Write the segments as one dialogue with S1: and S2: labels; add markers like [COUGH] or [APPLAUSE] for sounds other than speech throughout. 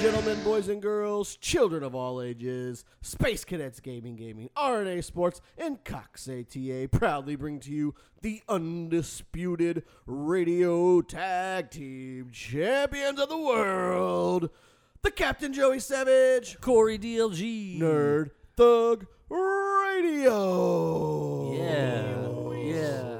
S1: gentlemen, boys and girls, children of all ages, Space Cadets Gaming Gaming, RNA Sports, and Cox ATA proudly bring to you the undisputed radio tag team champions of the world, the Captain Joey Savage,
S2: Corey DLG.
S1: Nerd Thug Radio.
S2: Yeah. Yeah.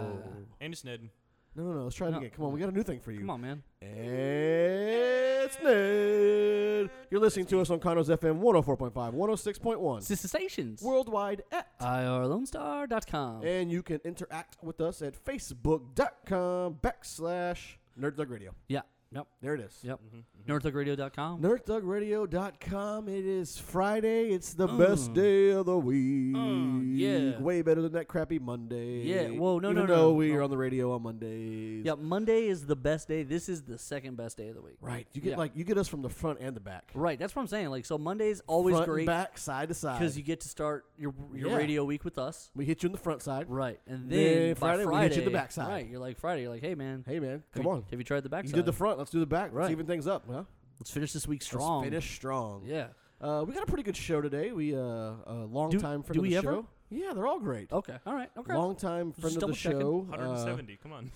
S3: And it's Ned.
S1: No, no, no. Let's try it
S2: No.
S1: again. Come on, we got a new thing for you.
S2: Come on, man.
S1: It's Ned. You're listening to us on Condos FM 104.5, 106.1,
S2: Sensations.
S1: worldwide at,
S2: IRLoneStar.com.
S1: and you can interact with us at facebook.com backslash Nerd Thug Radio.
S2: Yeah. Yep.
S1: There it is.
S2: Yep.
S1: mm-hmm.
S2: NorthlookRadio.com.
S1: NerdThugRadio.com. It is Friday. It's the best day of the week.
S2: Mm. yeah.
S1: Way better than that crappy Monday.
S2: Yeah, whoa, no,
S1: Even
S2: no, no,
S1: though we
S2: no.
S1: are on the radio on Mondays.
S2: Yep. Monday is the best day. This is the second best day of the week.
S1: Right. You get
S2: Yeah.
S1: like you get us from the front and the back.
S2: Right. That's what I'm saying. Like, so Monday's always
S1: front
S2: great
S1: and back, side to side.
S2: because you get to start your your
S1: Yeah.
S2: radio week with us.
S1: We hit you in the front side.
S2: Right. And then,
S1: Then
S2: by
S1: Friday, we
S2: Friday
S1: hit you the backside.
S2: Right. You're like Friday. You're like, hey man,
S1: Hey man,
S2: have
S1: come
S2: you-
S1: on.
S2: Have you tried the
S1: You
S2: backside?
S1: did the front. Let's do the back. Let's
S2: Right.
S1: even things up. Huh?
S2: Let's finish this week
S1: Let's
S2: strong.
S1: finish strong.
S2: Yeah.
S1: Uh, we got a pretty good show today. We uh, a long
S2: Do-
S1: time friend
S2: do
S1: of
S2: we
S1: the
S2: ever?
S1: show. Yeah, they're all great.
S2: Okay. All right. Okay.
S1: Long time friend of
S2: double
S1: the
S2: checking.
S1: show. uh,
S3: 170. Come on.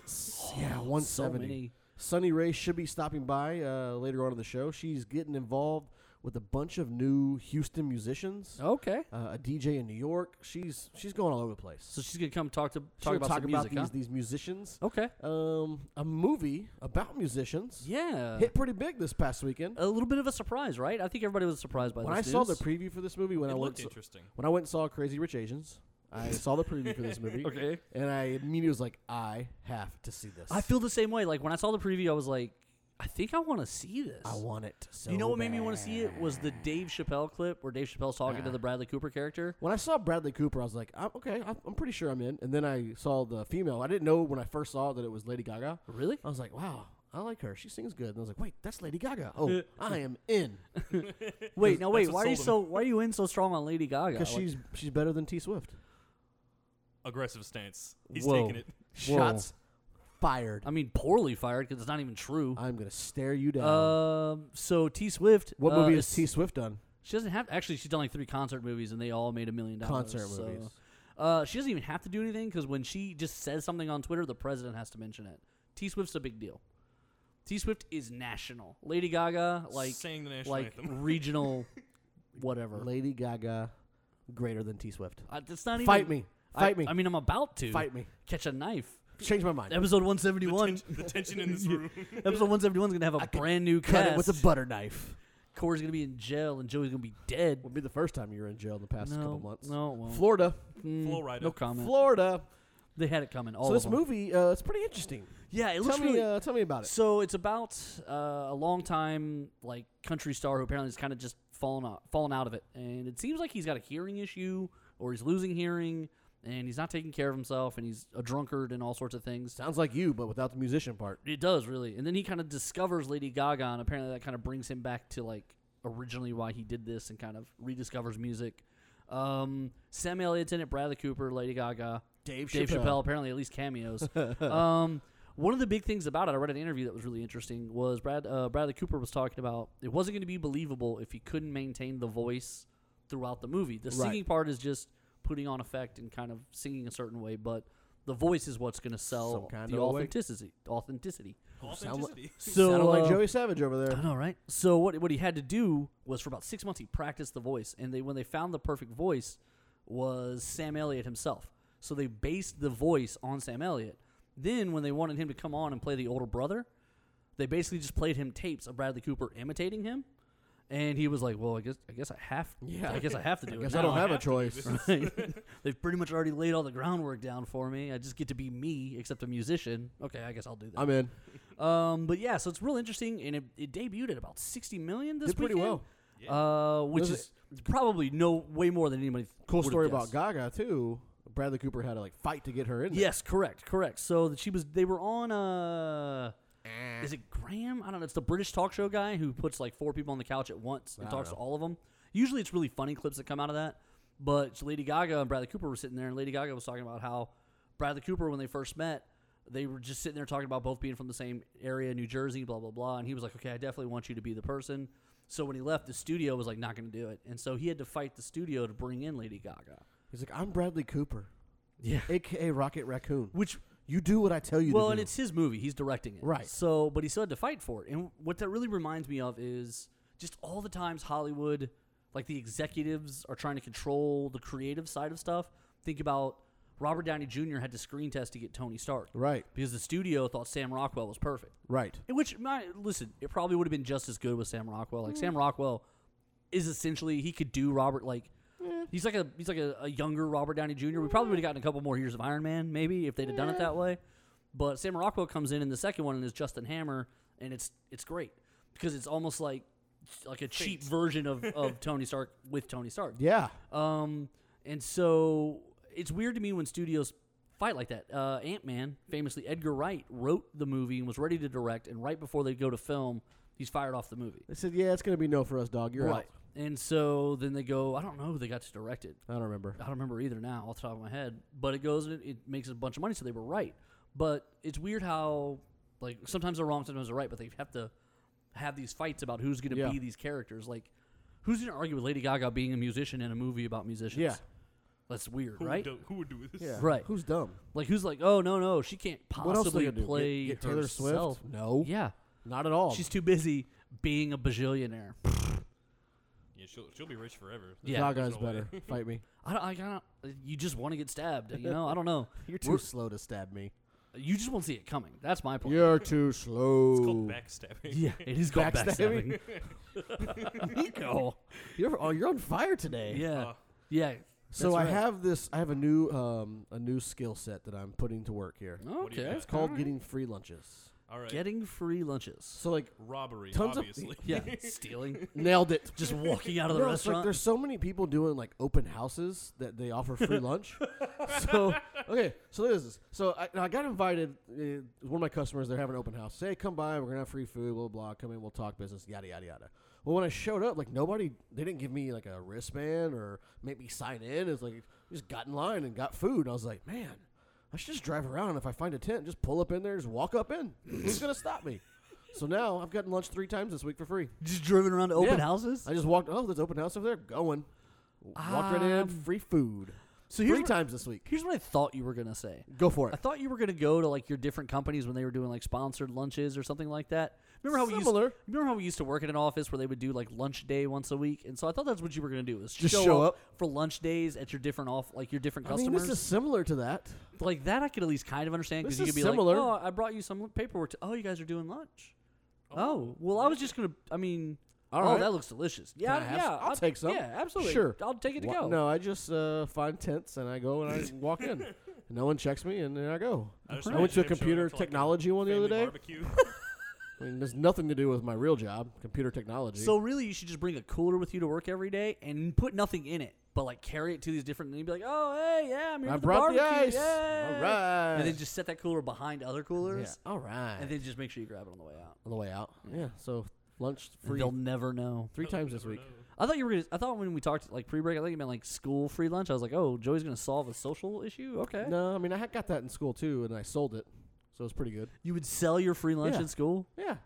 S1: yeah,
S2: Oh, So
S1: 170.
S2: many.
S1: Sunny Ray should be stopping by uh, later on in the show. She's getting involved with a bunch of new Houston musicians.
S2: Okay.
S1: Uh, a DJ in New York. She's she's going all over the place.
S2: So she's gonna come talk to
S1: She's
S2: talk
S1: gonna
S2: about
S1: talk
S2: some
S1: about these
S2: music. huh?
S1: these musicians.
S2: Okay.
S1: Um, a movie about musicians.
S2: Yeah.
S1: hit pretty big this past weekend.
S2: A little bit of a surprise, right? I think everybody was surprised by
S1: when I
S2: Oh, this.
S1: saw the
S2: news.
S1: preview for this movie, when I
S3: it
S1: went
S3: looked
S1: s-
S3: interesting.
S1: when I went and saw Crazy Rich Asians,
S2: [LAUGHS]
S1: I saw the preview for this movie,
S2: Okay.
S1: and I immediately was like, I have to see this.
S2: I feel the same way. Like when I saw the preview, I was like, I think I want to see this.
S1: I want it. So
S2: you know what made me want to see it was the Dave Chappelle clip where Dave Chappelle's talking
S1: Yeah.
S2: to the Bradley Cooper character.
S1: When I saw Bradley Cooper, I was like, I'm, okay, I'm, I'm pretty sure I'm in. And then I saw the female. I didn't know when I first saw that it was Lady Gaga.
S2: Really?
S1: I was like, wow, I like her. She sings good. And I was like, wait, that's Lady Gaga.
S2: [LAUGHS]
S1: Oh, I am in
S2: Wait, now wait.
S3: what
S2: Why are you so?
S3: sold
S2: Why are you in so strong on Lady Gaga?
S1: because
S2: Like,
S1: she's she's better than T Swift.
S3: Aggressive stance. He's
S2: Whoa.
S3: taking it.
S2: Whoa.
S1: Shots fired.
S2: I mean, poorly fired because it's not even true.
S1: I'm gonna stare you down.
S2: Um. So T Swift.
S1: What
S2: uh,
S1: movie has
S2: is-
S1: T Swift done?
S2: She doesn't have. Actually, she's done like three concert movies, and they all made a million dollars.
S1: Concert
S2: so-
S1: movies.
S2: Uh, she doesn't even have to do anything because when she just says something on Twitter, the president has to mention it. T Swift's a big deal. T Swift is national. Lady Gaga, like,
S3: Sang the national
S2: like
S3: anthem. [LAUGHS]
S2: regional, whatever.
S1: Lady Gaga greater than T Swift.
S2: I, that's not even.
S1: Fight me.
S2: I-
S1: Fight me.
S2: I mean, I'm about to
S1: Fight me.
S2: Catch a knife.
S1: Change my mind.
S2: Episode
S3: The,
S2: 171.
S3: ten- the tension
S1: [LAUGHS]
S3: in this room.
S2: episode 171 is gonna have a
S1: could
S2: brand new
S1: Cut
S2: cast.
S1: it with a butter knife.
S2: Corey's gonna be in jail, and Joey's gonna be dead.
S1: Would be the first time you were in jail in the past
S2: no,
S1: couple months.
S2: no, it won't.
S1: Florida,
S2: Mm,
S3: Florida.
S2: No comment.
S1: Florida.
S2: they had it coming. All
S1: so
S2: of
S1: this
S2: them.
S1: movie, uh, it's pretty interesting.
S2: Yeah, it
S1: Tell
S2: looks
S1: me,
S2: really.
S1: uh, tell me about it.
S2: so it's about uh, a long time like country star who apparently is kind of just fallen out, fallen out of it, and it seems like he's got a hearing issue or he's losing hearing, and he's not taking care of himself, and he's a drunkard and all sorts of things.
S1: Sounds like you, but without the musician part.
S2: It does really, and then he kind of discovers Lady Gaga, and apparently that kind of brings him back to like originally why he did this, and kind of rediscovers music. Um, Sam Elliott's in it, Bradley Cooper, Lady Gaga,
S1: Dave
S2: Dave
S1: Chappelle.
S2: Chappelle apparently at
S1: [LAUGHS]
S2: least cameos. um, one of the big things about it, I read an interview that was really interesting. Was Brad uh, Bradley Cooper was talking about it wasn't going to be believable if he couldn't maintain the voice throughout the movie. The
S1: Right.
S2: singing part is just putting on effect and kind of singing a certain way, but the voice is what's going to
S1: Some
S2: sell
S1: kind
S2: the
S1: of way.
S2: authenticity. Authenticity.
S1: sound like-
S3: Authenticity. [LAUGHS]
S2: So
S1: Sounded like
S2: uh,
S1: Joey Savage over there.
S2: I know, right? So what what he had to do was for about six months he practiced the voice, and they when they found the perfect voice was Sam Elliott himself. So they based the voice on Sam Elliott. Then when they wanted him to come on and play the older brother, they basically just played him tapes of Bradley Cooper imitating him, and he was like, "Well, I guess I guess I have
S1: Yeah.
S2: I guess I have to
S1: [LAUGHS]
S2: do
S1: I
S2: it."
S1: guess
S2: now.
S1: I don't have
S2: [LAUGHS]
S1: a choice.
S2: Right. [LAUGHS] They've pretty much already laid all the groundwork down for me. I just get to be me, except a musician. Okay, I guess I'll do that.
S1: I'm in.
S2: Um, but yeah, so it's real interesting, and it, it debuted at about sixty million this
S1: Did pretty
S2: weekend,
S1: well.
S2: Uh, which
S1: Does
S2: is probably no way more than anybody.
S1: Cool
S2: would've
S1: story
S2: guessed.
S1: about Gaga too. Bradley Cooper had to like fight to get her in. there.
S2: Yes, correct, correct. So that she was, they were on. Uh, is it Graham? I don't know. It's the British talk show guy who puts like four people on the couch at once and
S1: I
S2: talks
S1: don't
S2: to all of them. Usually, it's really funny clips that come out of that. But Lady Gaga and Bradley Cooper were sitting there, and Lady Gaga was talking about how Bradley Cooper, when they first met, they were just sitting there talking about both being from the same area, New Jersey, blah blah blah. And he was like, "Okay, I definitely want you to be the person." So when he left, the studio was like not going to do it, and so he had to fight the studio to bring in Lady Gaga.
S1: He's like, I'm Bradley Cooper,
S2: Yeah,
S1: aka Rocket Raccoon.
S2: which
S1: You do what I tell you.
S2: well,
S1: to do.
S2: and it's his movie; he's directing it,
S1: Right.
S2: So, but he still had to fight for it. And what that really reminds me of is just all the times Hollywood, like the executives, are trying to control the creative side of stuff. Think about Robert Downey Jr. had to screen test to get Tony Stark
S1: right,
S2: because the studio thought Sam Rockwell was perfect.
S1: right.
S2: And Which, my, listen, it probably would have been just as good with Sam Rockwell. Like Sam Rockwell is essentially he could do Robert like he's like a he's like a, a younger Robert Downey Jr. We probably would have gotten a couple more years of Iron Man maybe if they'd have done it that way. But Sam Rockwell comes in in the second one and is Justin Hammer, and it's it's great because it's almost like like a cheap version of, of Tony Stark with Tony Stark.
S1: Yeah,
S2: Um, and so it's weird to me when studios fight like that. Uh, Ant Man, famously, Edgar Wright wrote the movie and was ready to direct, and right before they go to film, he's fired off the movie.
S1: they said, yeah, it's gonna be no for us, dog. You're right.
S2: And so then they go, I don't know who they got to direct it.
S1: I don't remember.
S2: I don't remember either now off the top of my head, but it goes and it, it makes a bunch of money, so they were right. But it's weird how, like, sometimes they're wrong, sometimes they're right, but they have to have these fights about who's going to
S1: Yeah.
S2: be these characters. Like, who's going to argue with Lady Gaga being a musician in a movie about musicians?
S1: Yeah.
S2: That's weird,
S3: Who,
S2: right?
S3: do, who would do this?
S1: Yeah.
S2: Right.
S1: Who's dumb?
S2: Like, who's like, oh, no, no, she can't
S1: What else
S2: possibly
S1: they gonna
S2: play
S1: do? Get, get Taylor
S2: herself.
S1: Swift? No,
S2: Yeah.
S1: not at all.
S2: She's too busy being a bajillionaire.
S3: Yeah, she'll, she'll be rich forever.
S2: Yeah.
S1: Gaga's
S3: There's no way.
S2: [LAUGHS]
S1: better. Fight me.
S2: I don't, I don't, you just want to get stabbed, you know? I don't know.
S1: [LAUGHS] You're too
S2: We're-
S1: slow to stab
S2: [LAUGHS]
S1: me.
S2: You just won't see it coming. That's my point.
S1: You're too slow.
S3: It's called backstabbing.
S2: Yeah, it is called
S1: Backstabbing.
S2: backstabbing. [LAUGHS] Nico.
S1: You're oh, you're on fire today.
S2: Yeah.
S3: Uh,
S2: yeah.
S1: So
S2: that's
S1: I
S2: right.
S1: have this. I have a new um a new skill set that I'm putting to work here.
S3: do you
S2: Oh, Okay.
S3: got?
S1: It's called getting free lunches.
S3: All right.
S2: Getting free lunches.
S1: So like
S3: Robbery,
S1: Tons of-
S3: obviously.
S2: Yeah. [LAUGHS]
S3: [LAUGHS]
S2: Stealing.
S1: nailed it.
S2: Just walking out of the
S1: No, it's like
S2: restaurant.
S1: there's so many people doing like open houses that they offer
S2: [LAUGHS]
S1: free lunch. so okay, so this is so I, I got invited. Uh, one of my customers, they're having an open house. Say, hey, come by. We're gonna have free food. Blah blah. blah. Come in. We'll talk business. Yada yada yada. Well, when I showed up, like nobody, they didn't give me like a wristband or make me sign in. It's like just got in line and got food. I was like, man, I should just drive around. If I find a tent, just pull up in there, just walk up in. Who's gonna stop
S2: [LAUGHS]
S1: me? So now I've gotten lunch three times this week for free.
S2: just driven around to open
S1: Yeah.
S2: houses.
S1: I just walked. Oh, there's open house over there. Going. Walked right in.
S2: Um,
S1: Free food.
S2: so here's
S1: Three
S2: what-
S1: times this week.
S2: Here's what I thought you were gonna say.
S1: Go for
S2: I
S1: it.
S2: thought you were gonna go to like your different companies when they were doing like sponsored lunches or something like that. Remember how we
S1: Similar.
S2: used remember how we used to work in an office where they would do like lunch day once a week, and so I thought that's what you were gonna do is
S1: Just show
S2: for lunch days at your different off like your different
S1: I mean,
S2: customers.
S1: this is similar to that.
S2: like that I could at least kind of understand because
S1: This
S2: you
S1: is
S2: could be
S1: similar.
S2: like, "Oh, I brought you some paperwork. To, oh, you guys are doing lunch. Oh, well, I was just gonna. I mean,
S1: All
S2: oh,
S1: right.
S2: that looks delicious.
S1: Can
S2: Yeah,
S1: I have
S2: yeah,
S1: some? I'll take some.
S2: Yeah, absolutely.
S1: Sure.
S2: I'll take it to
S1: Wha-
S2: go.
S1: No, I just uh, find tents and I go and
S2: [LAUGHS]
S1: I walk in. No one checks me and there I go.
S3: I just
S1: I went to a
S3: imagine him showing up
S1: computer
S3: to, like, a
S1: technology one the other
S3: family
S1: day.
S3: Barbecue.
S1: I mean, there's nothing to do with my real job, computer technology.
S2: So really, you should just bring a cooler with you to work every day and put nothing in it, but like carry it to these different and you'd be like, "Oh, hey, yeah, I'm here
S1: I
S2: for
S1: brought
S2: the
S1: the
S2: barbecue.
S1: ice.
S2: yay."
S1: All right.
S2: And then just set that cooler behind other
S1: yeah.
S2: coolers,
S1: All right.
S2: and then just make sure you grab it on the way out.
S1: on the way out. Yeah. So lunch
S2: And
S1: free
S2: They'll never know.
S1: three times this
S3: Never [LAUGHS]
S1: week.
S3: know.
S2: I thought you were. Gonna, I thought when we talked like pre-break, I think you meant like school free lunch. I was like, oh, Joey's gonna solve a social issue. Okay.
S1: No, I mean I had got that in school too, and I sold it, so it's pretty good.
S2: You would sell your free lunch
S1: Yeah.
S2: in school.
S1: Yeah.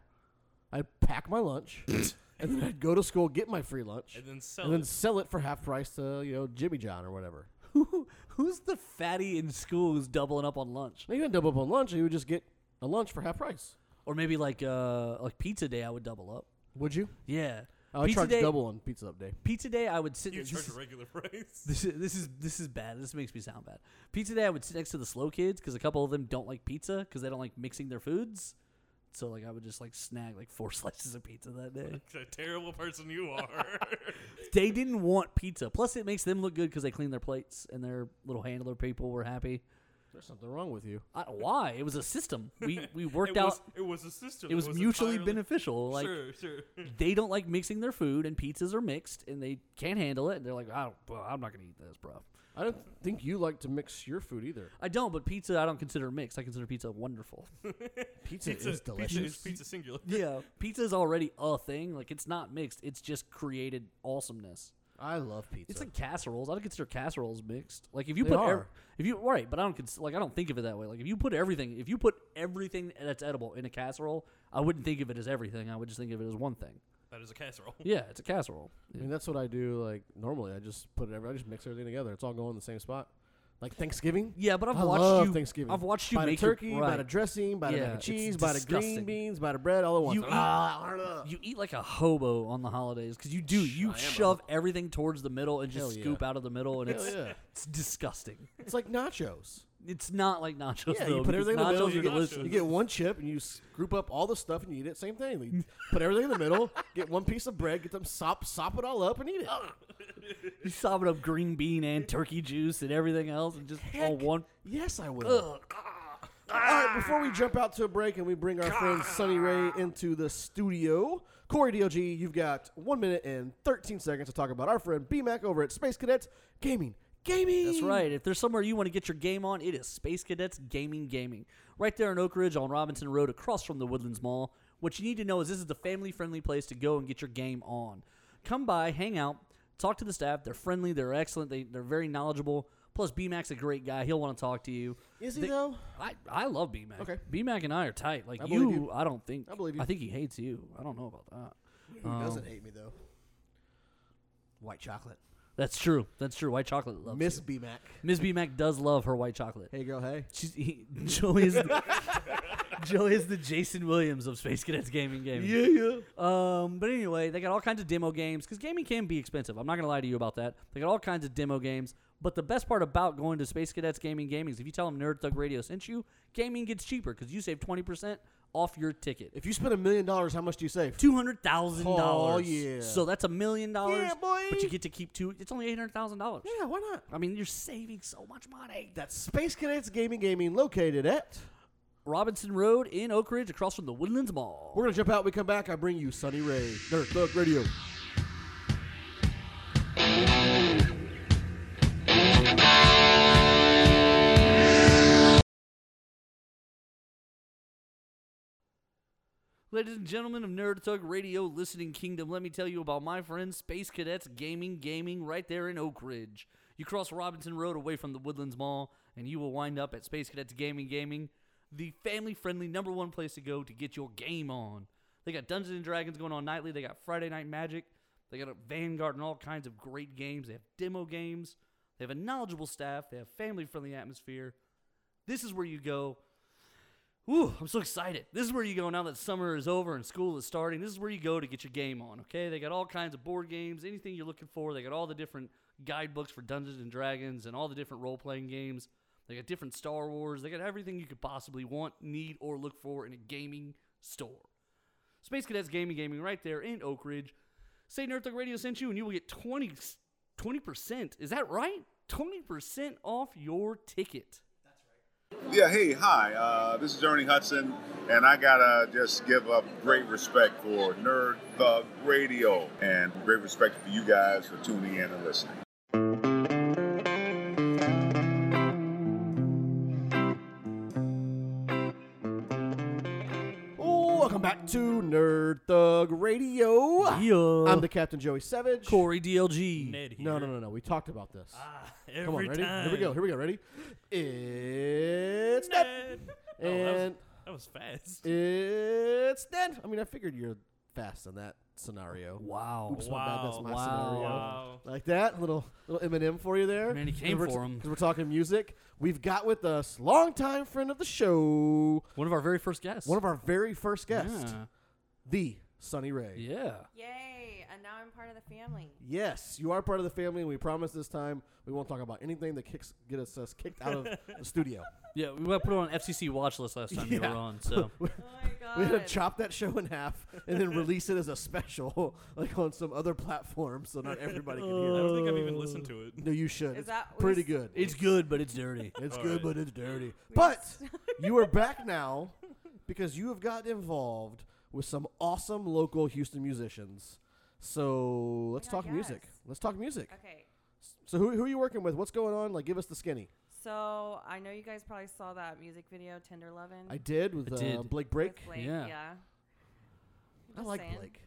S1: I'd pack my
S3: [LAUGHS]
S1: lunch, and then I'd go to school, get my free lunch,
S3: And
S1: and,
S3: then
S1: [LAUGHS]
S3: sell
S1: then
S3: it.
S1: sell it for half price to you know Jimmy John or whatever.
S2: Who who's the fatty in school who's doubling up on lunch?
S1: Now you didn't double up on lunch; you would just get a lunch for half price.
S2: Or maybe like uh like pizza day, I would double up.
S1: Would you?
S2: Yeah.
S1: I would
S2: pizza
S1: charge
S2: day,
S1: double on pizza up day.
S2: Pizza day, I would sit.
S3: You
S2: this
S3: charge
S2: is-
S3: a regular price.
S2: [LAUGHS] This is this is this is bad. This makes me sound bad. Pizza day, I would sit next to the slow kids because a couple of them don't like pizza because they don't like mixing their foods. So like I would just like snag like four [LAUGHS] slices of pizza that day.
S3: What a terrible
S1: [LAUGHS]
S3: person you are.
S2: they didn't want pizza. Plus, it makes them look good because they clean their plates and their little handler people were happy.
S1: There's something wrong with you.
S2: I, why? It was a system. We
S3: [LAUGHS]
S2: we worked
S3: it,
S2: out.
S3: was, it was a system.
S2: it was, mutually
S3: entirely-
S2: beneficial. Like
S3: sure, sure.
S2: they don't like mixing their food, and pizzas are mixed, and they can't handle it. And they're like, I don't. Bro, I'm not gonna eat this, bro.
S1: I don't think you like to mix your food either.
S2: I don't. But pizza, I don't consider mixed. I consider pizza wonderful.
S1: Pizza,
S3: Pizza,
S1: is delicious.
S3: Pizza is pizza singular.
S2: yeah, [LAUGHS] pizza is already a thing. Like it's not mixed. It's just created awesomeness.
S1: I love pizza.
S2: It's like casseroles. I don't consider casseroles mixed. Like if you
S1: They
S2: put ev-
S1: are.
S2: if you right, but I don't cons- like I don't think of it that way. Like if you put everything, if you put everything that's edible in a casserole, I wouldn't think of it as everything. I would just think of it as one thing.
S3: That is a casserole.
S2: Yeah, it's a casserole.
S1: I mean, that's what I do. Like normally, I just put it. every- I just mix everything together. It's all going in the same spot. Like Thanksgiving.
S2: Yeah, but I've
S1: I
S2: watched
S1: love
S2: you.
S1: Thanksgiving.
S2: I've watched you
S1: bite
S2: make
S1: a turkey,
S2: your,
S1: bite
S2: right.
S1: a dressing, bite a
S2: Yeah,
S1: mac and
S2: it's
S1: cheese, bite a green
S2: disgusting.
S1: beans, bite a bread, all at once. [LAUGHS]
S2: You eat-
S1: Ah,
S2: You eat like a hobo on the holidays because you do. You shove everything towards the middle and just
S1: Hell yeah.
S2: scoop out of the middle, and
S1: Hell
S2: it's
S1: yeah.
S2: it's disgusting.
S1: it's like nachos.
S2: It's not like nachos.
S1: Yeah,
S2: though,
S1: you put
S2: because
S1: everything in the
S2: nachos
S1: middle.
S2: are
S1: You get,
S2: delicious.
S1: you get one chip and you s- group up all the stuff and you eat it. Same thing. You put everything in the middle. Get one piece of bread. Get them sop sop it all up and eat it.
S2: You sobbing up green bean and turkey juice and everything else, and just all
S1: Heck
S2: one.
S1: Yes, I will. All right, before we jump out to a break and we bring our friend Sunny Ray into the studio, Corey DLG, you've got one minute and 13 seconds to talk about our friend BMAC over at Space Cadets Gaming. Gaming!
S2: That's right. If there's somewhere you want to get your game on, it is Space Cadets Gaming Gaming. Right there in Oak Ridge on Robinson Road across from the Woodlands Mall. What you need to know is this is the family friendly place to go and get your game on. Come by, hang out, talk to the staff. They're friendly, they're excellent, they, they're very knowledgeable. Plus, BMAC's a great guy. He'll want to talk to you.
S1: Is he,
S2: They-
S1: though?
S2: I, I love BMAC.
S1: Okay.
S2: BMAC and I are tight. Like,
S1: I
S2: you,
S1: believe you.
S2: I don't think.
S1: I believe you.
S2: I think he hates you. I don't know about that.
S1: Who
S2: Um,
S1: doesn't hate me, though? White chocolate.
S2: That's true. That's true. White chocolate loves
S1: Miss
S2: you.
S1: BMAC.
S2: Miss B Mac does love her white chocolate.
S1: Hey, girl, hey.
S2: She's, he, [LAUGHS] Joe is the, Joe is the Jason Williams of Space Cadets Gaming Gaming.
S1: yeah.
S2: Um, but anyway, they got all kinds of demo games because gaming can be expensive. I'm not gonna lie to you about that. They got all kinds of demo games. But the best part about going to Space Cadets Gaming Gaming is if you tell them Nerd Thug Radio sent you, gaming gets cheaper because you save 20% off your ticket.
S1: If you spend a million dollars, how much do you save?
S2: Two hundred thousand dollars.
S1: Oh, yeah.
S2: So that's a million dollars.
S1: Yeah, boy.
S2: But you get to keep two. It's only eight hundred thousand dollars.
S1: Yeah, why not?
S2: I mean, you're saving so much money.
S1: That's Space Cadets Gaming Gaming located at.
S2: Robinson Road in Oak Ridge, across from the Woodlands Mall.
S1: We're going to jump out. We come back. I bring you Sunny Ray. Nerd Thug Radio.
S2: Ladies and gentlemen of Nerd Tug Radio Listening Kingdom, let me tell you about my friend Space Cadets Gaming Gaming right there in Oak Ridge. You cross Robinson Road away from the Woodlands Mall, and you will wind up at Space Cadets Gaming Gaming, the family friendly number one place to go to get your game on. They got Dungeons and Dragons going on nightly, they got Friday Night Magic, they got a Vanguard and all kinds of great games. They have demo games, they have a knowledgeable staff, they have family friendly atmosphere. This is where you go Ooh, I'm so excited. This is where you go now that summer is over and school is starting. This is where you go to get your game on, okay? They got all kinds of board games, anything you're looking for. They got all the different guidebooks for Dungeons and Dragons and all the different role playing games. They got different Star Wars. They got everything you could possibly want, need, or look for in a gaming store. Space Cadets Gaming Gaming right there in Oak Ridge. Say Nerd Thug Radio sent you, and you will get 20, 20%. Is that right? 20% off your ticket.
S4: Yeah, hey, hi. Uh, this is Ernie Hudson, and I gotta just give up great respect for Nerd Thug Radio and great respect for you guys for tuning in and listening.
S1: Welcome back to Nerd Thug Radio.
S2: Yeah.
S1: I'm the Captain Joey Savage.
S2: Corey DLG.
S3: [LAUGHS] Ned here.
S1: No, no, no, no. We talked about this.
S3: Ah,
S1: Come on,
S3: every
S1: ready?
S3: time.
S1: Here we go. Here we go. Ready? It's Ned.
S3: Ned. Oh,
S1: And
S3: that, was, that was fast.
S1: it's Ned. I mean, I figured you're fast in that scenario.
S2: Wow.
S1: Oops, my bad. That's
S3: Wow,
S1: my
S2: wow,
S1: scenario.
S3: wow.
S1: Like that, little little Eminem for you there.
S2: Man, he came for him.
S1: Because we're talking music. We've got with us longtime friend of the show,
S2: One of our very first guests.
S1: one of our very first guests,
S2: Yeah.
S1: the Sunny Ray.
S2: Yeah.
S5: Yay! And now I'm part of the family.
S1: Yes, you are part of the family, and we promise this time we won't talk about anything that kicks get us, us kicked
S3: [LAUGHS]
S1: out of the studio.
S2: Yeah, we got put on FCC watch list last time you
S1: Yeah.
S2: were on. So
S5: Oh my god. [LAUGHS]
S1: We're gonna chop that show in half and then release it as a special, [LAUGHS] like on some other platform, so not everybody can
S3: [LAUGHS] I
S1: hear
S3: don't
S1: that.
S3: think I've even listened to
S1: [LAUGHS]
S3: it.
S1: No, you should.
S5: Is
S1: [LAUGHS] It's
S5: that- we
S1: pretty
S5: s-
S1: good.
S2: it's good, but it's [LAUGHS] dirty.
S1: it's
S3: All
S1: good,
S3: right.
S1: but it's
S5: [LAUGHS]
S1: dirty. But you are back now because you have got involved with some awesome local Houston musicians. So let's
S5: Yeah, I
S1: talk music.
S5: guess.
S1: Let's talk music.
S5: Okay.
S1: So who, who are you working with? What's going on? Like, give us the skinny.
S5: So I know you guys probably saw that music video, Tender Lovin'.
S1: I did with
S2: I
S1: uh,
S2: did.
S1: Blake
S5: with
S1: Break.
S5: Blake,
S2: Yeah.
S5: Yeah.
S1: I
S5: Just
S1: like
S5: saying.
S1: Blake.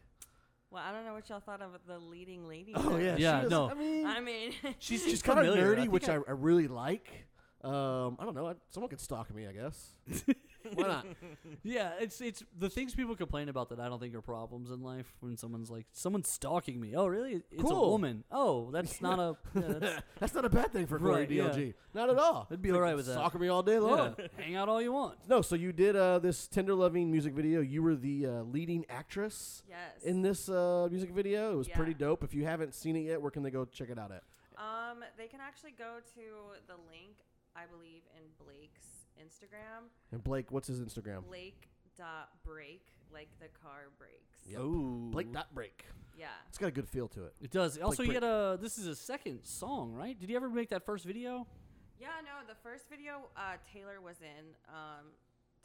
S5: Well, I don't know what y'all thought of the leading lady.
S1: Oh
S5: though.
S1: yeah,
S2: Yeah,
S1: she was-
S2: no.
S1: I mean,
S5: [LAUGHS] I mean,
S1: she's she's kind of
S2: familiar. I
S1: nerdy,
S2: think
S1: which I,
S2: I-
S1: I really like. Um, I don't know. I, someone could stalk me, I
S2: [LAUGHS]
S1: guess. [LAUGHS] Why not?
S2: Yeah, it's it's the things people complain about that I don't think are problems in life. When someone's like, someone's stalking me. Oh, really? It's a
S1: Cool.
S2: woman. Oh,
S1: [LAUGHS]
S2: that's not a. Yeah, that's,
S1: That's not a bad thing for Corey
S2: Right, yeah.
S1: DLG. Not at all.
S2: I'd be
S1: They
S2: all right
S1: could
S2: with that.
S1: Stalk me all day long.
S2: yeah, hang out all you want.
S1: [LAUGHS] No, so you did uh, this Tender Loving music video. You were the uh, leading actress
S5: Yes.
S1: in this uh, music video. It was
S5: Yeah.
S1: pretty dope. If you haven't seen it yet, where can they go check it out at?
S5: Um, they can actually go to the link, I believe, in Blake's Instagram.
S1: And Blake, what's his Instagram?
S5: Blake dot break, like the car breaks.
S1: Yep.
S2: Oh,
S1: Blake dot break.
S5: Yeah.
S1: It's got a good feel to it.
S2: It does. Also, he
S1: Brick.
S2: had a. This is a second song, right? Did he ever make that first video?
S5: Yeah, no, the first video uh, Taylor was in, um,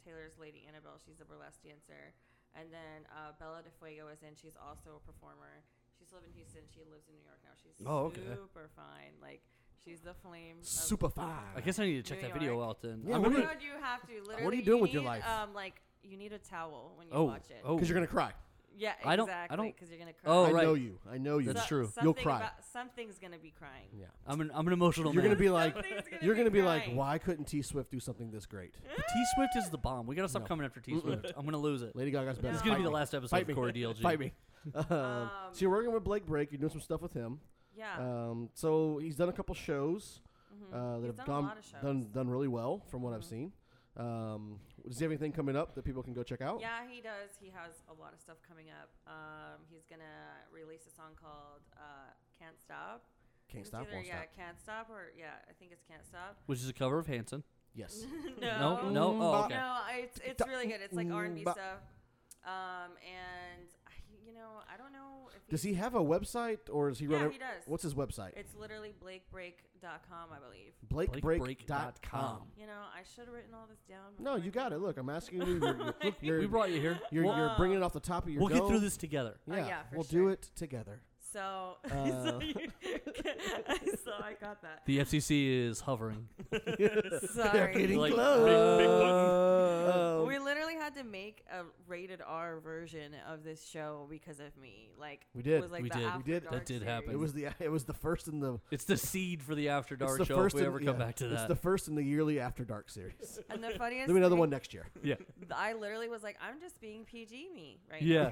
S5: Taylor's Lady Annabelle, she's a burlesque dancer. And then uh, Bella De Fuego is in, she's also a performer. She's live in Houston, she lives in New York now. She's
S2: Oh, okay.
S5: super fine. Like, she's the flame. of-
S1: Super fine.
S2: I guess I need to check
S5: New
S2: that video
S5: York.
S2: out then.
S1: Yeah,
S2: I
S1: what
S5: What
S2: remember-
S1: do
S5: do you, have to? Literally,
S1: you doing with your
S5: need,
S1: life?
S5: Um, like you need a towel when you
S2: Oh,
S5: watch it.
S2: oh.
S1: because you're gonna cry.
S5: yeah,
S2: I don't- I
S5: exactly.
S2: don't-
S5: Because you're gonna cry.
S2: Oh,
S1: I
S2: right.
S1: know you. I know you.
S2: That's
S5: So-
S2: true. You'll
S5: something
S1: cry.
S5: About, something's gonna be crying.
S1: Yeah.
S2: I'm an, I'm an emotional
S1: You're
S2: man.
S1: gonna be like,
S5: Something's gonna
S1: [LAUGHS] you're
S5: be
S1: gonna be like,
S5: crying.
S1: why couldn't T Swift do something this great?
S2: T Swift is the bomb. We gotta stop coming after T Swift. I'm gonna lose it.
S1: Lady Gaga's better.
S2: It's
S5: This is
S2: gonna
S1: Fight
S2: be the
S1: me.
S2: last episode
S1: Fight
S2: of
S1: me.
S2: Corey DLG.
S1: Fight me.
S2: [LAUGHS]
S1: Um,
S5: Um,
S1: so you're working with Blake Brake. You're doing some stuff with him.
S5: Yeah.
S1: Um, so he's done a couple shows uh, that
S5: Mm-hmm. He's
S1: have
S5: done a
S1: gone
S5: lot of shows. Mm-hmm.
S1: done done really well from what I've seen. Um, does he have anything coming up that people can go check out?
S5: yeah, he does. He has a lot of stuff coming up. Um, he's gonna release a song called uh, "Can't Stop."
S1: Can't
S5: It's
S1: stop,
S5: either,
S1: won't
S5: yeah,
S1: stop.
S5: can't stop, or yeah, I think it's can't stop. [LAUGHS]
S2: Which is a cover of Hanson.
S1: Yes.
S2: No,
S5: no,
S2: no. Oh,
S1: Mm,
S2: okay.
S5: No, it's it's really good. It's like R and B
S1: Ba-
S5: stuff. Um, and I- you know, I don't know if
S1: Does
S5: he's-
S1: he have a website or is he
S5: Yeah,
S1: running?
S5: he does.
S1: What's his website?
S5: It's literally BlakeBreak.com, I believe.
S1: BlakeBreak.com.
S5: You know, I should have written all this down.
S1: No, you got it. Look, I'm asking you. You're,
S5: [LAUGHS]
S1: you're- look, you're,
S2: We brought you here.
S1: you're,
S2: we'll
S1: you're bringing it off the top of your
S2: we'll get
S1: dome.
S2: through this together.
S5: Oh,
S1: Yeah,
S5: yeah, for
S1: we'll do
S5: sure.
S1: it together.
S5: So, [LAUGHS]
S1: Uh.
S5: so, you- so I got that.
S1: [LAUGHS]
S2: The FCC is hovering.
S5: Sorry.
S2: Like,
S1: Uh, close.
S5: we literally had to make a rated R version of this show because of me. Like
S1: We did.
S5: It was like
S2: We
S5: the
S2: did. We
S5: After
S1: did.
S5: Dark
S2: That did
S5: series.
S2: happen.
S1: it was the it was the first in the
S2: It's the seed for the After
S1: it's
S2: Dark
S1: the
S2: show. If
S1: first
S2: we
S1: in-
S2: ever
S1: yeah,
S2: come back to
S1: It's
S2: that.
S1: the first in the yearly After Dark series.
S5: And
S1: [LAUGHS]
S5: the funniest.
S1: There'll be another
S5: thing-
S1: one
S5: [LAUGHS]
S1: next year.
S2: [LAUGHS]
S1: [LAUGHS]
S2: yeah.
S5: I literally was like, I'm just being PG me right
S2: Yeah.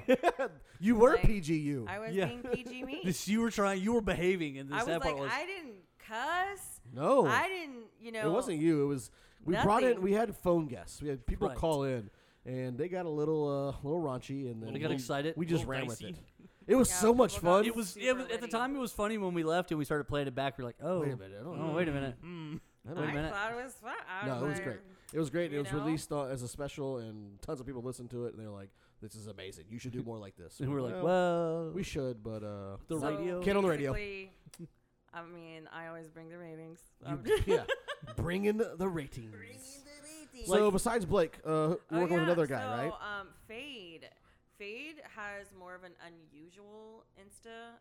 S1: you were
S5: Like,
S1: PGU.
S5: now. I was
S2: Yeah.
S5: being
S2: [LAUGHS]
S5: PG me.
S2: this, you were trying. You were behaving, and this
S5: I was
S2: that
S5: like,
S2: part was.
S5: I didn't cuss.
S1: no,
S5: I didn't, you know.
S1: Oh. it wasn't you. It was we brought in.
S5: Nothing.
S1: We had phone guests. We had people
S2: Right.
S1: call in, and they got a little uh, little raunchy, and then
S2: They got
S1: we-
S2: excited.
S1: We just
S3: Little
S1: ran
S3: dicey.
S1: with it. It was
S5: Yeah,
S1: so much
S5: people got
S1: fun.
S2: it was,
S5: super
S2: it was at the
S5: witty.
S2: time. It was funny when we left and we started playing it back. We were like, "Oh,
S1: Wait a minute, I don't
S2: oh,
S1: know. Mm-hmm.
S2: wait a minute."
S1: I don't
S5: I
S2: Wait a minute.
S5: thought it was fun. I
S1: No, it was
S5: like,
S1: great. It was great. It
S5: you
S1: was
S5: know?
S1: released uh, as a special, and tons of people listened to it, and they're like, "This is amazing. You should do more like this."
S2: [LAUGHS] And we were like,
S1: "Well,
S2: "Well,
S1: we should, but uh,
S2: [LAUGHS] the
S5: So
S2: radio."
S1: Kid on the radio. [LAUGHS]
S5: basically, I mean, I always bring the ratings.
S1: you,
S5: I'm just-
S1: [LAUGHS] yeah,
S2: [LAUGHS]
S1: bring in the, the ratings."
S5: Like-
S1: so besides Blake, uh, you're
S5: Oh,
S1: working with
S5: yeah,
S1: another guy,
S5: so,
S1: right?
S5: Um, Fade. Fade has more of an unusual Insta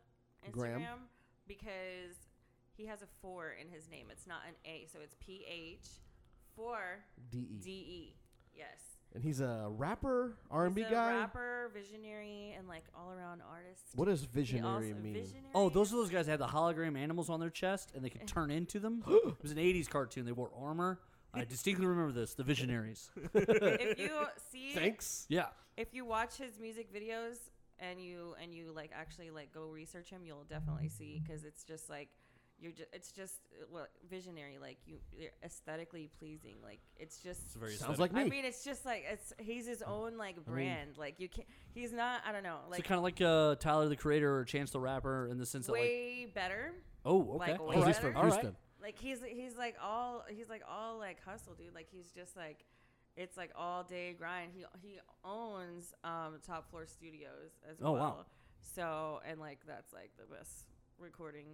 S5: Instagram
S1: Gram.
S5: because he has a four in his name. It's not an A, so it's P H four
S1: De,
S5: D E. Yes.
S1: and he's a rapper, R and B
S5: He's a
S1: guy.
S5: rapper, visionary, and like all around artist.
S1: What does
S5: He also-
S1: visionary mean?
S5: visionary
S2: Oh, those
S5: is-
S2: are those guys that had the hologram animals on their chest and they
S5: Eh.
S2: could turn into
S1: [GASPS]
S2: them. it was an '80s cartoon. They wore armor. I distinctly remember this.
S1: [LAUGHS]
S2: The Visionaries.
S5: if you see
S1: Thanks.
S2: Yeah.
S5: if you watch his music videos and you and you like actually like go research him you'll definitely see because it's just like you're just it's just uh, well visionary like you you're aesthetically pleasing like it's just
S3: It's very
S1: Sounds like me.
S5: I mean, it's just like it's he's his own like brand. like you can't. He's not. I don't know.
S2: Like,
S5: [LAUGHS] Like
S2: so kind of like uh, Tyler the Creator or Chance the Rapper in the sense that like,
S5: way better.
S2: oh, okay,
S5: like, way
S2: All
S1: Because he's
S5: better.
S1: from
S2: All right.
S1: Houston.
S5: Like he's he's like all he's like all like hustle, dude. Like he's just like it's like all day grind. He he owns um Top Floor Studios as
S2: Oh,
S5: well.
S2: wow.
S5: So and like that's like the best recording.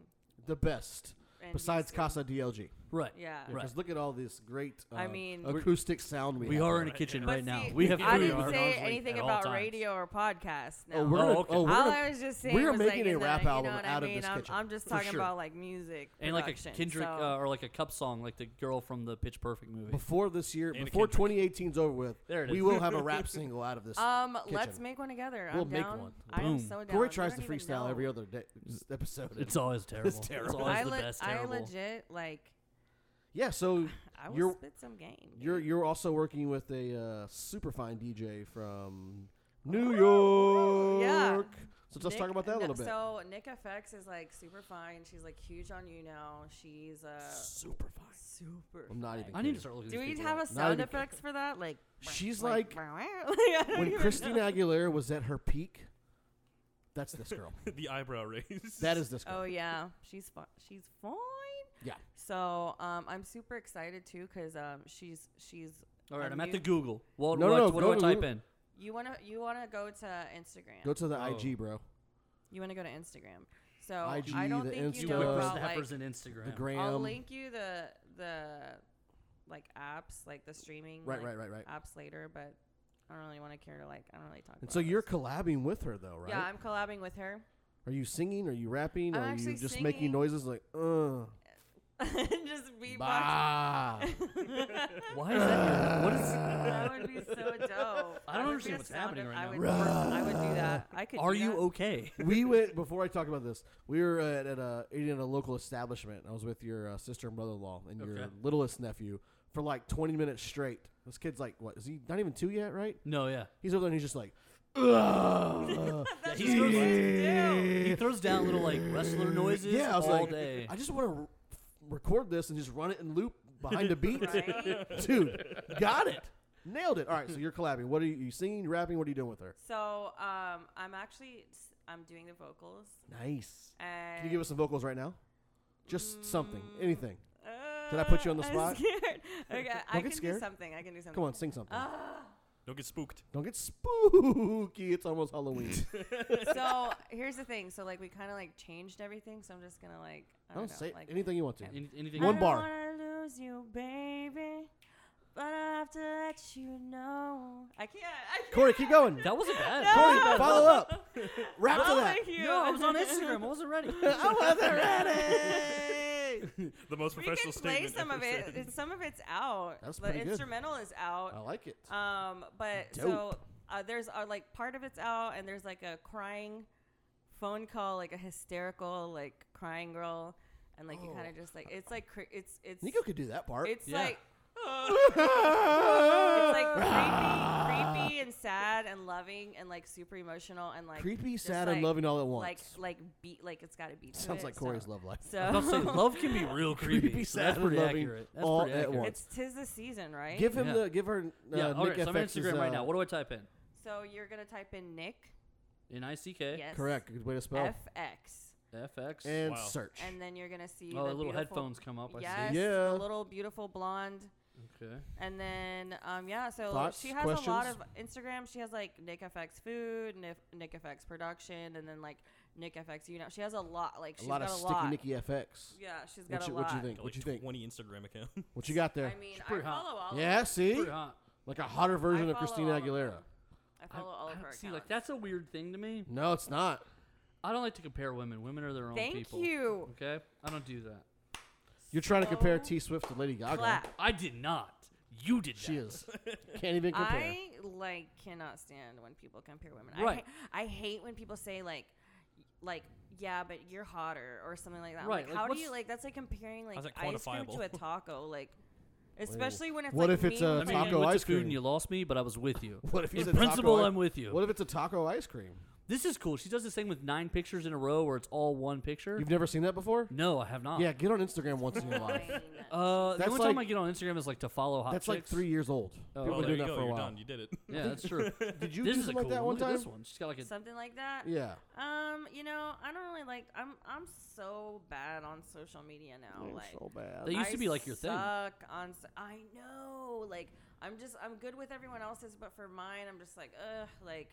S1: The best,
S5: And
S1: besides
S5: Houston.
S1: Casa DLG.
S2: right.
S5: Yeah.
S1: Because
S2: Right.
S1: look at all this great. Uh,
S5: I mean- We're-
S1: acoustic sound we,
S2: We
S1: have.
S2: are in a
S3: Right,
S2: kitchen
S3: yeah.
S2: right
S5: But
S2: now.
S5: see,
S2: We have.
S5: I
S2: food
S5: didn't
S2: on our
S5: say
S2: plate
S5: anything
S2: at all
S5: about
S2: times.
S5: radio or podcast. No.
S1: Oh, we're gonna,
S2: Oh, okay.
S1: oh, we're
S5: all
S1: gonna-
S5: I was just saying
S1: we're
S5: was
S1: making
S5: like,
S1: a
S5: in the-
S1: rap
S5: you know
S1: album
S5: what
S1: out
S5: I
S1: of
S5: mean?
S1: this
S5: I'm,
S1: kitchen,
S5: I'm just
S2: for
S5: talking
S2: sure.
S5: about like music
S2: and like a
S5: production,
S2: Kendrick
S5: so-
S2: uh, or like a Cup song, like the girl from the Pitch Perfect movie.
S1: before this year,
S3: And a
S1: before
S3: Kendrick.
S1: 2018's over with,
S2: There it
S1: we
S2: is.
S1: will
S2: [LAUGHS]
S1: have a rap single out of this.
S5: Um,
S1: uh, kitchen.
S5: let's make one together.
S1: We'll
S5: I'm
S1: make
S5: down.
S1: one.
S5: I am
S2: Boom.
S5: so down.
S1: Corey
S5: You
S1: tries to
S5: don't even
S1: freestyle
S5: know.
S1: every other day, episode.
S2: [LAUGHS] It's always terrible.
S1: terrible.
S2: always
S5: I
S2: the
S5: le-
S2: best
S5: I
S2: terrible.
S5: legit like
S1: Yeah,
S5: [LAUGHS]
S1: so
S5: I will
S1: you're
S5: spit some game. dude.
S1: you're you're also working with a uh, super fine DJ from New York.
S5: Yeah.
S1: So let's talk
S5: Nick-
S1: about that a
S5: no,
S1: little bit.
S5: So Nick FX is like super fine. She's like huge on you now. She's uh
S2: Super
S5: [LAUGHS]
S2: fine.
S5: super.
S1: I'm not even.
S2: I need
S1: kidding.
S2: to start looking.
S5: Do
S2: these
S5: we
S2: people
S5: have
S2: up.
S5: a sound
S1: even-
S5: effects for that? Like
S1: [LAUGHS] She's
S5: [LAUGHS]
S1: like-
S5: I don't
S1: when
S5: even
S1: Christina
S5: know.
S1: Aguilera was at her peak. That's this
S5: [LAUGHS]
S1: girl.
S3: [LAUGHS] the eyebrow raise.
S1: that is this girl.
S5: Oh yeah, she's fine. She's fine.
S1: Yeah.
S5: So um, I'm super excited too because um, she's she's.
S2: All right,
S5: a
S2: I'm at
S5: new-
S2: the Google. What,
S1: No,
S2: what,
S1: no, no,
S2: what
S1: go
S2: do I
S1: to
S2: type
S1: Google.
S2: in?
S5: You wanna you wanna go to Instagram.
S1: Go to the
S3: Oh.
S1: IG, bro.
S5: you wanna go to Instagram. So
S1: IG,
S5: I don't
S1: the
S5: think
S1: Insta-
S5: you know about like.
S2: whippersnappers and Instagram.
S1: The gram.
S5: I'll link you the the like apps like the streaming
S1: Right,
S5: like,
S1: right, right, right.
S5: apps later, but I don't really want to care to like I don't really talk.
S1: And
S5: about
S1: so you're
S5: those.
S1: collabing with her though, right?
S5: yeah, I'm collabing with her. [LAUGHS]
S1: Are you singing? Are you rapping?
S5: I'm
S1: Are you
S5: actually
S1: just making
S5: singing.
S1: noises like uh
S5: Just beatbox.
S1: bah.
S2: [LAUGHS]
S5: [LAUGHS]
S1: [LAUGHS]
S2: Why is that? What is? [LAUGHS]
S5: that would be so dope.
S2: I don't
S5: would be
S2: understand
S5: a
S2: what's
S5: sound
S2: happening
S5: eff-
S2: right
S5: I would,
S2: now.
S5: I would
S1: [LAUGHS]
S5: do that. I could.
S2: Are
S5: do
S2: you
S5: that.
S2: okay? [LAUGHS]
S1: we went before I talk about this. We were at, at a eating at a local establishment. I was with your uh, sister and brother-in-law and your
S2: Okay.
S1: littlest nephew for like 20 minutes straight. This kid's like, what? Is he not even two yet? Right?
S2: No, yeah.
S1: He's over there and he's just
S2: [LAUGHS]
S1: like, "Ugh."
S2: Yeah,
S5: That's what
S2: he's
S5: I
S2: really-
S5: would do.
S2: He throws down little like wrestler noises
S1: yeah, I was
S2: all
S1: like,
S2: day.
S1: I just want to r- record this and just run it in loop behind a beat,
S5: Right?
S1: [LAUGHS] dude. Got it, nailed it. All right, so you're collabing. What are you, you singing, rapping? What are you doing with her?
S5: So um, I'm actually s- I'm doing the vocals.
S1: Nice.
S5: And
S1: Can you give us some vocals right now? Just something,
S5: Mm.
S1: anything. Did I put you on the
S5: Uh, [LAUGHS]
S1: spot?
S5: I'm scared. Okay, I
S1: get
S5: can
S1: scared.
S5: do something. I can do something.
S1: Come on, sing something.
S5: Ah.
S3: Don't get spooked.
S1: Don't get spooky. It's almost
S2: [LAUGHS]
S1: Halloween.
S5: so here's the thing. So like we kind of like changed everything. So I'm just gonna like I don't
S1: Don't
S5: know,
S1: say
S5: like,
S1: anything you want to.
S2: Any-
S5: I
S2: anything
S1: One
S5: don't
S1: bar.
S5: wanna lose you, baby, but I have to let you know. I can't. I can't.
S1: Corey, keep going.
S2: That
S5: [LAUGHS]
S2: wasn't bad.
S1: [LAUGHS] Corey, follow up. Wrap to
S5: Oh,
S1: that.
S5: thank you.
S2: No, I
S5: [LAUGHS]
S2: was on Instagram. I wasn't ready.
S1: [LAUGHS] I wasn't ready.
S3: The most
S5: we
S3: professional
S5: can play
S3: statement.
S5: some of
S3: ever
S5: it.
S3: said.
S5: It's- Some of it's out.
S1: That's
S5: the
S1: pretty good.
S5: instrumental is out.
S1: I like it.
S5: Um, but so
S1: Dope.
S5: uh, there's uh, like part of it's out, and there's like a crying phone call, like a hysterical like crying girl, and like you kind of just like it's like cre- it's it's
S1: Oh. Nico could do that part. [LAUGHS]
S5: it's
S2: Yeah.
S5: like.
S2: [LAUGHS]
S5: it's like creepy,
S2: Ah.
S5: creepy and sad and loving and like super emotional and like
S1: Creepy,
S5: just,
S1: sad, and
S5: like-
S1: loving all at
S5: Like
S1: once.
S5: like beat like it's got to beat.
S1: [LAUGHS] Sounds like Corey's love life.
S5: So
S2: I was about to
S5: [LAUGHS]
S2: say, love can be real
S1: [LAUGHS]
S2: creepy.
S1: Creepy,
S2: so that's
S1: sad,
S2: pretty
S1: loving,
S2: accurate. That's
S1: all
S2: pretty
S1: at
S2: accurate.
S1: once.
S5: it's tis the season, right?
S1: Give him
S2: Yeah.
S1: the give her uh,
S2: yeah, all
S1: Nick
S2: right. So I'm on
S1: FX's,
S2: Instagram right
S1: uh,
S2: now. What do I type in?
S5: so you're gonna type in Nick.
S2: N I C K
S5: Yes.
S1: Correct. Good way to spell.
S5: FX.
S2: F X.
S1: and
S3: Wow.
S1: search.
S5: and then you're gonna see
S2: Oh,
S5: the
S2: the little
S5: beautiful-
S2: headphones come up. I see.
S5: Yes,
S1: Yeah.
S5: the little beautiful blonde,
S2: Okay.
S5: and then um, yeah. So
S1: Thoughts,
S5: she has a lot
S1: questions?
S5: of Instagram. She has like Nick FX Food, Nick, Nick FX Production, and then like Nick FX. You know, she has a lot. Like
S1: a
S5: she's
S1: lot
S5: got
S1: of
S5: a
S1: sticky
S5: lot.
S1: Nicky FX.
S5: Yeah, she's got
S1: What
S5: a
S1: you,
S5: lot.
S1: what you think? What
S3: Got, like
S1: you think?
S3: 20
S1: [LAUGHS]
S3: Instagram accounts.
S1: What you got there?
S5: I mean, I follow
S2: pretty hot.
S5: all. Of
S1: Yeah,
S5: them.
S1: see,
S2: Pretty hot.
S1: like a hotter version
S5: Oh, I
S1: of
S5: follow
S1: Christina
S5: all of
S1: Aguilera.
S5: them. I follow all of her.
S2: See, like
S5: accounts.
S2: that's a weird thing to me.
S1: No, it's not.
S2: I don't like to compare women. Women are their own
S5: Thank
S2: people.
S5: you.
S2: Okay. I don't do that.
S1: You're trying to compare
S5: So
S1: T Swift to Lady Gaga.
S5: Clap.
S2: I did not. You did.
S1: She
S2: that. [LAUGHS]
S1: is. Can't even compare.
S5: I like cannot stand when people compare women.
S2: Right.
S5: I, ha- I hate when people say like, like yeah, but you're hotter or something like that. I'm
S2: Right,
S5: Like,
S2: like,
S5: how do
S2: what's-
S5: you like? That's like comparing like
S3: How's that
S5: ice cream to a
S3: quantifiable?
S5: taco.
S1: [LAUGHS]
S5: Like, especially when it's
S1: What
S5: like
S1: if it's
S5: me
S1: a
S5: and
S2: I
S5: you.
S2: mean,
S1: Taco
S2: you
S5: [LAUGHS]
S2: went
S1: ice
S2: to food
S1: cream.
S2: and you lost me, but I was with you.
S1: What if you
S2: in
S1: said taco
S2: principle?
S1: ice-
S2: I'm with you.
S1: What if it's a taco ice cream?
S2: This is cool. She does this thing with nine pictures in a row, where it's all one picture.
S1: You've never seen that before?
S2: no, I have not.
S1: Yeah, get on Instagram once
S2: [LAUGHS]
S1: in your life.
S5: Fine.
S2: Uh, the
S1: That's
S2: only time I
S1: like-
S2: get on Instagram is like to follow hot
S1: That's like
S2: chicks.
S1: three years old.
S2: Oh,
S1: People have been
S3: Oh,
S2: okay.
S3: there
S1: doing
S3: you
S1: that
S3: go.
S1: for a
S3: You're
S1: while.
S3: done. You did it.
S2: Yeah,
S1: [LAUGHS]
S2: that's true.
S1: Did you
S2: this
S1: do
S2: is a
S1: something
S2: cool
S1: like that
S2: one.
S1: one
S2: Look at
S1: time?
S2: this one. She's got like a.
S5: [LAUGHS] Something like that.
S1: Yeah.
S5: Um, you know, I don't really like. I'm I'm so bad on social media now. like,
S1: so bad.
S2: They used to
S5: I
S2: be like your thing.
S5: Suck on. s- I know. Like I'm just I'm good with everyone else's, but for mine, I'm just like ugh. Like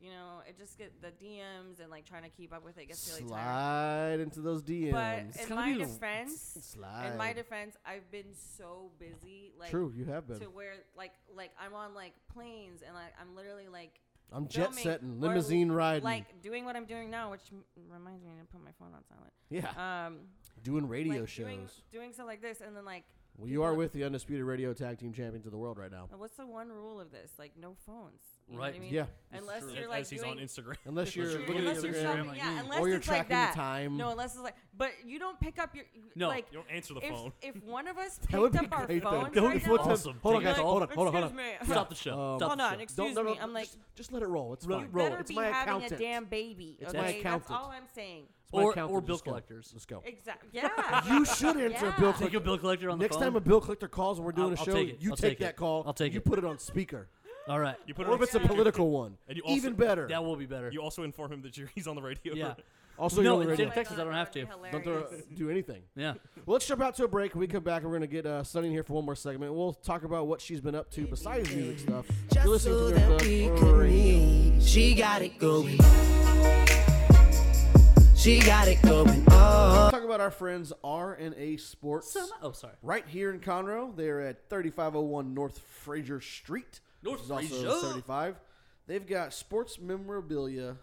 S5: you know, it just get the DMs and like trying to keep up with it gets really tiring.
S1: Slide into those
S5: But
S1: DMs.
S5: in
S2: gotta
S5: my
S2: be the-
S5: defense,
S1: Slide.
S5: in my defense, I've been so busy. Like
S1: True, you have been.
S5: To where like like I'm on like planes and like I'm literally like
S1: I'm jet
S5: filming
S1: setting,
S5: or,
S1: limousine riding.
S5: like uh, doing what I'm doing now, which m- reminds me to put my phone on silent.
S1: yeah,
S5: Um,
S1: doing radio
S5: like,
S1: shows.
S5: Doing, doing stuff like this, and then like
S1: Well, you are with the Undisputed Radio Tag Team Champions of the world right now.
S5: And what's the one rule of this? Like no phones. You Know what
S2: Right.
S5: I mean?
S1: Yeah.
S2: It's
S5: Unless
S2: true.
S3: [LAUGHS]
S5: you're
S3: As
S5: like
S3: he's on
S5: doing,
S3: Instagram.
S1: Unless you're
S2: Unless
S1: looking
S2: you're
S1: at
S5: unless
S1: Instagram,
S5: you're
S2: Instagram,
S5: shopping,
S2: like,
S5: yeah,
S2: mm.
S5: unless
S1: or you're
S5: it's
S1: tracking
S5: like that.
S1: the time.
S5: No, unless it's like, but you don't pick up your
S2: No,
S5: like.
S3: You don't answer the
S5: if,
S3: phone.
S5: if one of us
S1: [LAUGHS] That would
S5: picked
S1: be
S5: up our
S1: great, though.
S5: phones
S1: That would
S5: right
S1: be
S5: now, [LAUGHS]
S1: awesome.
S2: Awesome.
S1: Hold on,
S2: Take it
S1: guys.
S2: off.
S1: Hold on, hold on, hold
S5: excuse
S1: on.
S2: [LAUGHS]
S5: me.
S2: Stop the show.
S1: Um,
S2: Stop
S5: Hold
S2: the
S5: on,
S2: show.
S5: excuse
S1: Don't, no, no,
S5: me. I'm like,
S1: just, just let it roll. It's
S2: Roll-
S1: fine.
S2: roll.
S5: [LAUGHS] better
S1: It's
S5: be
S1: my
S5: having
S1: accountant.
S5: a damn baby.
S1: It's my
S5: okay, that's
S1: accountant.
S5: all I'm saying.
S1: It's my
S2: Or-
S1: accountant.
S2: or bill
S1: Let's go.
S2: collectors.
S5: [LAUGHS]
S1: Let's go. [LAUGHS]
S5: Exactly. Yeah.
S2: [LAUGHS]
S1: You should answer
S5: Yeah.
S1: bill
S5: Take
S2: Take
S1: collector.
S2: a bill collector on the
S1: Next
S2: phone.
S1: time a bill collector calls and we're doing
S2: I'll-
S1: a
S2: I'll
S1: show,
S2: take it.
S1: you
S2: I'll
S1: take
S2: take it.
S1: that call.
S2: I'll take
S1: You
S2: it.
S1: put it on speaker. [LAUGHS]
S2: All right.
S3: You put it
S1: Or
S3: on
S1: if it's a
S3: speaker.
S1: political one,
S3: And you also-
S1: even better.
S2: That will be better.
S3: You also inform him that you're, he's on the radio.
S2: Yeah.
S3: [LAUGHS]
S1: Also,
S2: No,
S1: you're on the
S2: it's
S1: radio.
S2: in Texas, I don't have to.
S5: Hilarious.
S1: Don't throw- do anything.
S2: Yeah.
S1: [LAUGHS] Well, let's jump out to a break. When we come back, we're going to get uh, Sunny in here for one more segment. We'll talk about what she's been up to besides music stuff. You're
S6: just
S1: listening
S6: so
S1: to
S6: that
S1: Nerd
S6: we
S1: Thug
S6: could
S1: Radio.
S6: meet. She got it going. She got it going. Oh,
S1: Let's talk about our friends R and A Sports.
S2: So, oh, sorry.
S1: Right here in Conroe, they're at 3501 North Fraser Street,
S2: North
S1: which is also
S2: Fraser.
S1: 75. They've got sports memorabilia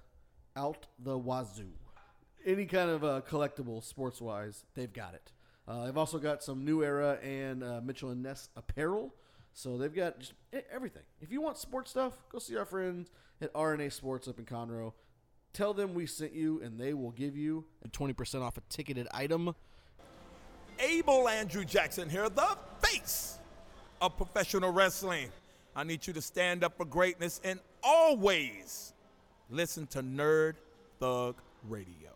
S1: out the wazoo. Any kind of uh, collectible sports wise, they've got it. Uh, they've also got some New Era and uh, Mitchell and Ness apparel. So they've got just e- everything. If you want sports stuff, go see our friends at RNA Sports up in Conroe. Tell them we sent you, and they will give you 20% off a ticketed item.
S7: Abel Andrew Jackson here, the face of professional wrestling. I need you to stand up for greatness and always listen to Nerd Thug Radio.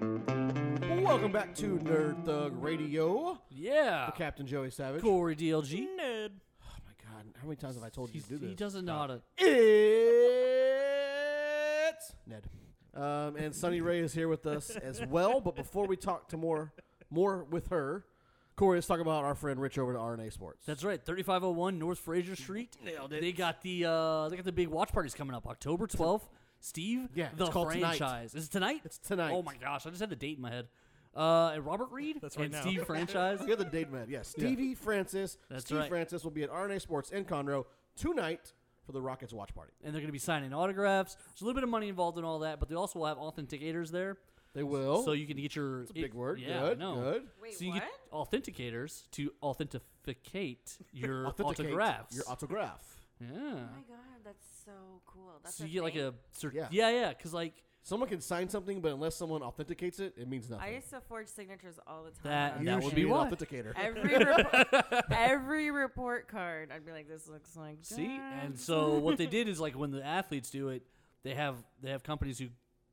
S1: Welcome back to Nerd Thug Radio.
S2: Yeah.
S1: The Captain Joey Savage.
S2: Corey DLG. Ned.
S1: Oh my god, how many times have I told you to do this?
S2: He doesn't know how to.
S1: It's Ned. Um, and Sunny Ray is here with us as well. But before we talk to more more with her, Corey, let's talk about our friend Rich over to RNA Sports.
S2: That's right. 3501 North Fraser Street. Nailed it. They got the uh, they got the big watch parties coming up October 12th. Steve,
S1: Yeah,
S2: the
S1: it's called tonight.
S2: franchise. Is it tonight?
S1: It's tonight.
S2: Oh my gosh, I just had the date in my head. Uh, and Robert Reed
S3: That's right
S2: and
S3: now.
S2: Steve
S1: [LAUGHS]
S2: franchise.
S1: the other date man. Yes, Stevie Francis.
S2: That's
S1: Steve
S2: right.
S1: Francis will be at RNA Sports in Conroe tonight for the Rockets watch party.
S2: and they're going to be signing autographs. There's a little bit of money involved in all that, but they also will have authenticators there.
S1: They will.
S2: so you can get your That's
S1: Oh. a big word.
S2: Yeah, I
S1: Good,
S2: know.
S1: good.
S5: Wait, Oh
S2: so you get authenticators to authenticate your
S1: Authenticate
S2: autographs.
S1: Your autograph.
S2: yeah.
S5: Oh my god, that's so cool. That's
S2: So
S5: a
S2: you get like
S5: thing?
S2: a cert-
S1: Yeah.
S2: yeah, yeah, because like
S1: Someone can sign something, but unless someone authenticates it, it means nothing.
S5: I used to forge signatures all the
S2: That-
S5: time.
S2: that
S1: You
S2: would
S1: should
S2: be
S1: an
S2: why.
S1: authenticator.
S5: every report, every report card, I'd be like, "This looks like
S2: see,
S5: that.
S2: and so what [LAUGHS] they did is like when the athletes do it, they have they have companies who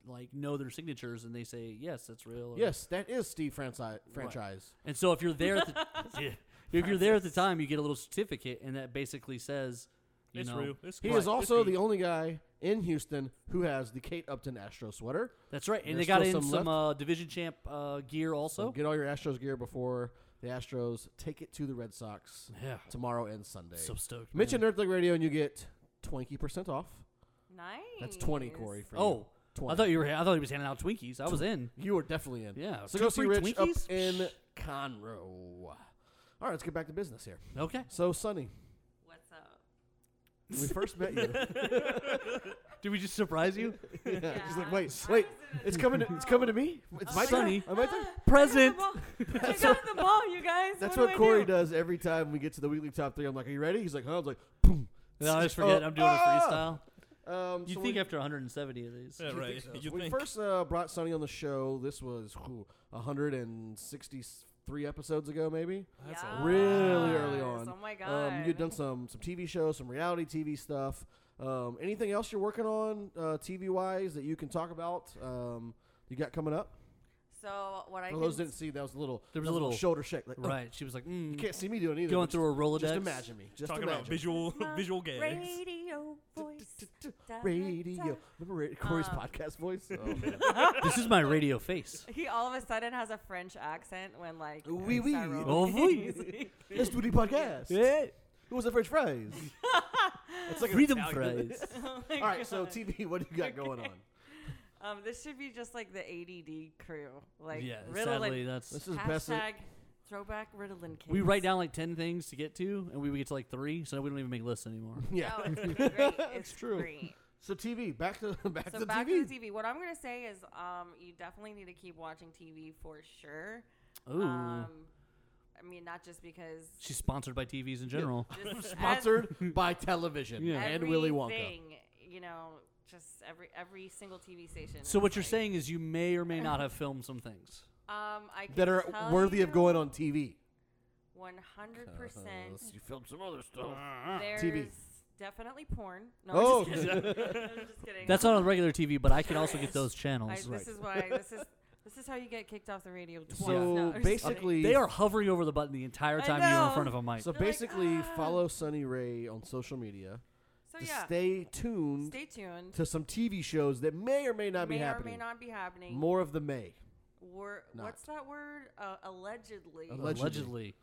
S2: like know their signatures and they say yes, that's real. or-
S1: Yes, that is Steve franchise. franchise.
S2: And so if you're there, at [LAUGHS] the, Yeah. if you're there at the time, you get a little certificate, and that basically says, you
S3: It's
S2: know,
S3: real. It's
S1: He
S3: right.
S1: is also
S3: It's
S1: the only guy in Houston who has the Kate Upton Astro sweater.
S2: that's right. And
S1: There's
S2: they got in
S1: still
S2: some,
S1: some left.
S2: uh, division champ uh, gear also.
S1: Get all your Astros gear before the Astros take it to the Red Sox
S2: Yeah.
S1: tomorrow and Sunday.
S2: So stoked. man.
S1: Mention Nerd Thug Radio and you get 20% off.
S5: nice.
S1: That's 20, Corey. For
S2: Oh,
S1: you.
S2: I thought you were. I thought he was handing out Twinkies. I was in.
S1: you were definitely in.
S2: Yeah,
S1: So
S2: two
S1: go see
S2: free
S1: Rich up
S2: Twinkies?
S1: in Conroe. All right, let's get back to business here.
S2: Okay.
S1: So, Sonny,
S5: What's up?
S1: when we first met
S2: [LAUGHS]
S1: you,
S2: [LAUGHS] Did we just surprise you?
S1: yeah, she's like, wait,
S5: I
S1: wait,
S5: was in a
S1: it's coming to, it's coming to me? It's
S5: Oh
S1: my
S2: Sonny.
S1: turn? Am I there?
S2: Present.
S1: [LAUGHS]
S5: I got the ball, you guys.
S1: That's
S5: what,
S1: what
S5: do I
S1: Corey
S5: do?
S1: does every time we get to the weekly top three. I'm like, "Are you ready?" He's like, "Huh." I was like, "Boom."
S2: No, I
S1: [LAUGHS]
S2: just forget.
S1: Oh,
S2: I'm doing a
S1: ah!
S2: freestyle.
S1: Um,
S2: You
S1: so
S2: think
S1: we,
S2: after 170 of these?
S3: Yeah,
S1: [LAUGHS]
S3: right. You
S1: we
S3: think
S1: first uh, brought Sonny on the show? This was whew, 163 episodes ago, maybe.
S5: That's a
S1: really early
S5: Oh, Yes,
S1: on.
S5: oh my
S1: Um, you'd
S5: God.
S1: done some some TV shows, some reality TV stuff. Um, anything else you're working on uh, TV wise that you can talk about? Um, you got coming up?
S5: So what I
S1: For those who
S5: can
S1: didn't see, that was a little
S2: There was
S1: that
S2: a little-
S1: shoulder shake. Like, oh,
S2: Right. She was like, mm,
S1: you can't see me doing either.
S2: Going
S1: but
S2: through
S1: just-
S2: a Rolodex.
S1: Just imagine me. Just
S3: talking
S1: imagine.
S3: about visual
S5: My
S3: [LAUGHS] visual gags.
S5: radio voice. Da, da,
S1: Radio.
S5: da.
S1: Remember Ra- Corey's podcast voice?
S2: this is my
S1: [LAUGHS]
S2: radio face.
S5: He all of a sudden has a French accent when like
S1: Oui,
S5: uh,
S1: oui.
S5: Cyril-
S2: Oh, oui.
S5: he's [LAUGHS] like-
S1: Let's do the podcast.
S2: Yeah.
S1: Who was the French fries? It's like an
S2: Freedom
S1: Italian-
S2: phrase.
S5: Oh my
S1: [LAUGHS] All right, so
S5: God.
S1: TV, what do you got going on?
S5: [LAUGHS] um, this should be just like the ADD crew, like
S2: yeah.
S5: Ritalin.
S2: Sadly, that's.
S1: This is best.
S5: hashtag throwback Ritalin kids.
S2: We write
S5: [LAUGHS]
S2: down like
S1: [LAUGHS]
S2: 10
S5: [LAUGHS]
S2: things to get to, and we would get to like three, so we don't even make lists anymore.
S1: yeah.
S5: Oh, it's great. It's
S1: true.
S5: Great.
S1: So TV, back to back
S5: So
S1: to
S5: back
S1: TV.
S5: to the TV. What I'm gonna say is, um, you definitely need to keep watching TV for sure.
S2: Ooh.
S5: Um, I mean, not just because
S2: She's sponsored by TVs in general.
S5: [LAUGHS]
S1: [LAUGHS]
S5: just
S1: Sponsored by television
S2: Yeah.
S5: as-
S1: and Willy Wonka.
S5: everything, You know, just every every single TV station.
S2: So
S5: is
S2: what you're
S5: like-
S2: saying is you may or may not have filmed some things.
S5: Um, I can
S1: That are
S5: tell
S1: worthy of
S5: you
S1: going on TV.
S5: 100. percent
S1: You filmed some other stuff.
S5: There's
S1: TV.
S5: definitely porn. No,
S1: Oh,
S5: I'm just kidding. [LAUGHS]
S1: [LAUGHS]
S5: I'm just kidding.
S2: That's not on regular TV, but I can also get those
S5: [LAUGHS] I,
S2: channels.
S5: This is why this is [LAUGHS] this is how you get kicked off the radio twice. No,
S1: so
S5: I'm just kidding.
S1: basically,
S2: They are hovering over the button the entire
S5: I
S2: time you're in
S5: know.
S2: front of a mic.
S1: So
S5: like,
S1: basically,
S5: "Ah."
S1: follow Sunny Ray on social media
S5: So
S1: to
S5: yeah,
S1: stay tuned
S5: stay tuned.
S1: to some TV shows that may or may not
S5: may
S1: be
S5: or may
S1: happening.
S5: not be happening.
S1: More of the May.
S5: Wor- what's that word? Uh, allegedly.
S1: Alleg-
S2: allegedly.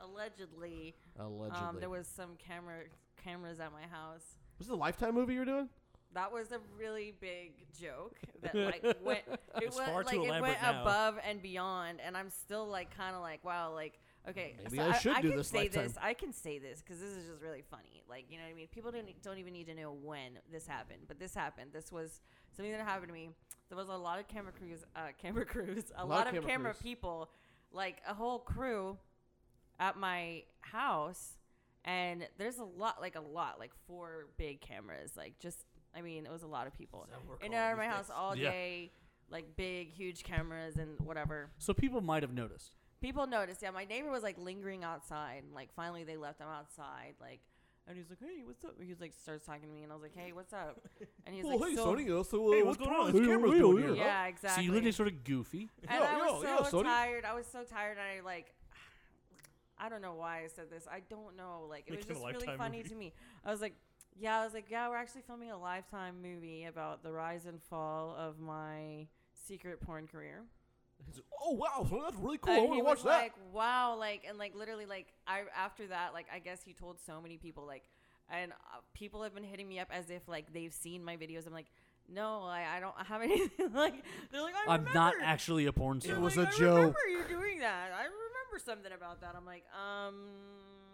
S1: allegedly.
S5: allegedly.
S1: Allegedly.
S5: Um, there was some camera cameras at my house.
S1: was it a Lifetime movie you were doing?
S5: That was a really big joke that like went it
S3: It's
S5: went
S3: far
S5: like
S3: too
S5: it
S3: elaborate
S5: went
S3: now.
S5: above and beyond and I'm still like kind of like wow like okay
S1: Maybe
S5: so
S1: I should do
S5: can
S1: this
S5: say
S1: lifetime.
S5: this I can say this cuz this is just really funny like you know what I mean people don't e, don't even need to know when this happened but this happened this was something that happened to me there was a lot of camera crews uh, [LAUGHS] camera crews a, lot, of camera
S1: crews.
S5: people like a whole crew at my house and there's a lot like a lot like four big cameras like just i mean it was a lot of people in and out of my house all
S3: Yeah.
S5: day like big huge cameras and whatever
S2: So people might have noticed.
S5: people noticed yeah my neighbor was like lingering outside and like finally they left him outside like and he's like hey what's up he was like starts talking to me and i was like hey what's up
S3: [LAUGHS]
S5: and he's like so,
S1: So,
S3: Hey, what's what's going on? wrong? This camera's doing here, huh?
S5: yeah exactly
S2: So you look sort of goofy.
S5: and
S1: Yo,
S5: I was
S1: yo, yo,
S5: so
S1: Sonny.
S5: tired. I was so tired, and I like, I don't know why I said this. I don't know. Like it was
S3: Making a
S5: just really
S3: Lifetime
S5: funny
S3: movie.
S5: to me. I was like, yeah, I was like, yeah, we're actually filming a lifetime movie about the rise and fall of my secret porn career.
S1: Oh, wow. That's really
S5: And Uh, he was like, wow, like and like literally like I after that like I guess he told so many people like, and uh, people have been hitting me up as if like they've seen my videos. I'm like. No, I, I don't have [LAUGHS] anything. like they're like, I
S2: I'm not
S5: remember."
S2: actually a porn
S1: It
S2: star.
S1: was
S5: like,
S1: a
S5: I
S1: joke.
S5: remember you doing that. I remember something about that. I'm like, um,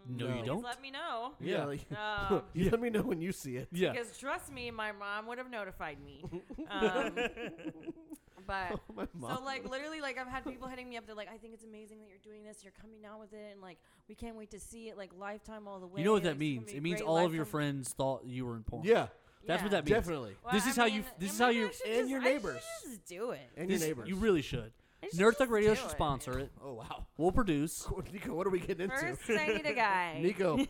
S2: No, you
S5: please
S2: don't.
S5: Let me know.
S1: yeah.
S5: Yeah. Um,
S1: [LAUGHS] you let me know when you see it.
S2: yeah.
S5: Because trust me, my mom would have notified
S2: [LAUGHS]
S5: me. Um, but
S1: [LAUGHS]
S2: Oh,
S1: my
S5: so [LAUGHS]
S1: mom
S5: like literally like I've had people hitting me up. They're like, I think it's amazing that you're doing this. You're coming out with it, and like we can't wait to see it. Like lifetime all the way.
S2: You know what
S5: and
S2: that
S5: it's gonna
S2: means?
S5: be
S2: It means
S5: great
S2: all of your
S5: Lifetime."
S2: friends thought you were in porn.
S1: Yeah.
S2: That's what
S5: Yeah.
S2: that means.
S1: Definitely.
S5: Well,
S2: This
S5: I
S2: is how you-
S5: mean,
S2: this is
S5: maybe
S2: how
S5: I
S2: you-
S5: should
S1: and
S5: just-
S1: your
S5: I should
S1: neighbors.
S5: just do it.
S1: And
S2: This-
S1: your neighbors.
S2: You really should.
S5: I should
S2: Nerd
S5: just
S2: Thug Radio
S5: do
S2: should
S5: it.
S2: sponsor it.
S1: Oh, wow. [LAUGHS]
S2: We'll produce.
S1: Nico, what are we getting into?
S5: First,
S2: [LAUGHS]
S5: I need a guy.
S1: Nico,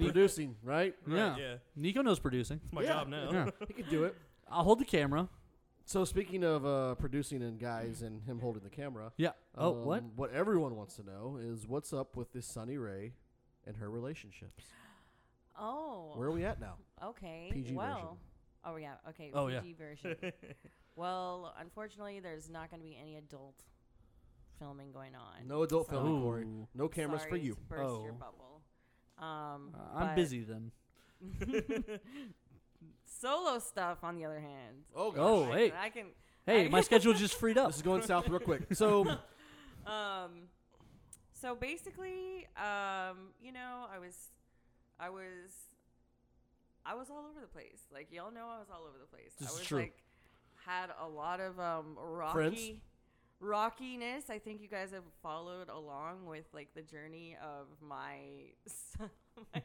S1: producing, right?
S2: Yeah.
S3: yeah.
S2: Nico knows producing.
S3: It's my
S1: Yeah.
S3: job now. [LAUGHS]
S2: Yeah.
S1: He could do it.
S2: I'll hold the camera.
S1: So speaking of uh, producing and guys and him holding the camera.
S2: Yeah. Oh,
S1: um,
S2: what?
S1: What everyone wants to know is what's up with this Sunny Ray and her relationships.
S5: Oh,
S1: Where are we at now?
S5: Okay.
S1: PG version.
S5: well, oh yeah. Okay.
S2: Oh, yeah.
S5: PG
S2: [LAUGHS]
S5: version. well, unfortunately, there's not going to be any adult filming going on.
S1: No adult
S5: so
S1: filming,
S2: Ooh.
S1: Corey. No cameras
S5: sorry
S1: for you.
S5: To burst
S2: Oh.
S5: your bubble. Um,
S2: Uh, I'm
S5: but
S2: busy then.
S5: Solo stuff, on the other hand.
S1: Oh, gosh.
S2: Oh, hey.
S5: I can.
S2: Hey,
S5: I-
S2: my schedule just freed
S1: [LAUGHS]
S2: up.
S1: This is going south real quick. So [LAUGHS]
S5: Um, so basically, um, you know, I was, I was, I was all over the place. Like y'all know, I was all over the place.
S2: This
S5: I
S2: is
S5: was
S2: true.
S5: like, had a lot of um rocky,
S1: Friends?
S5: rockiness. I think you guys have followed along with like the journey of my [LAUGHS] s- my,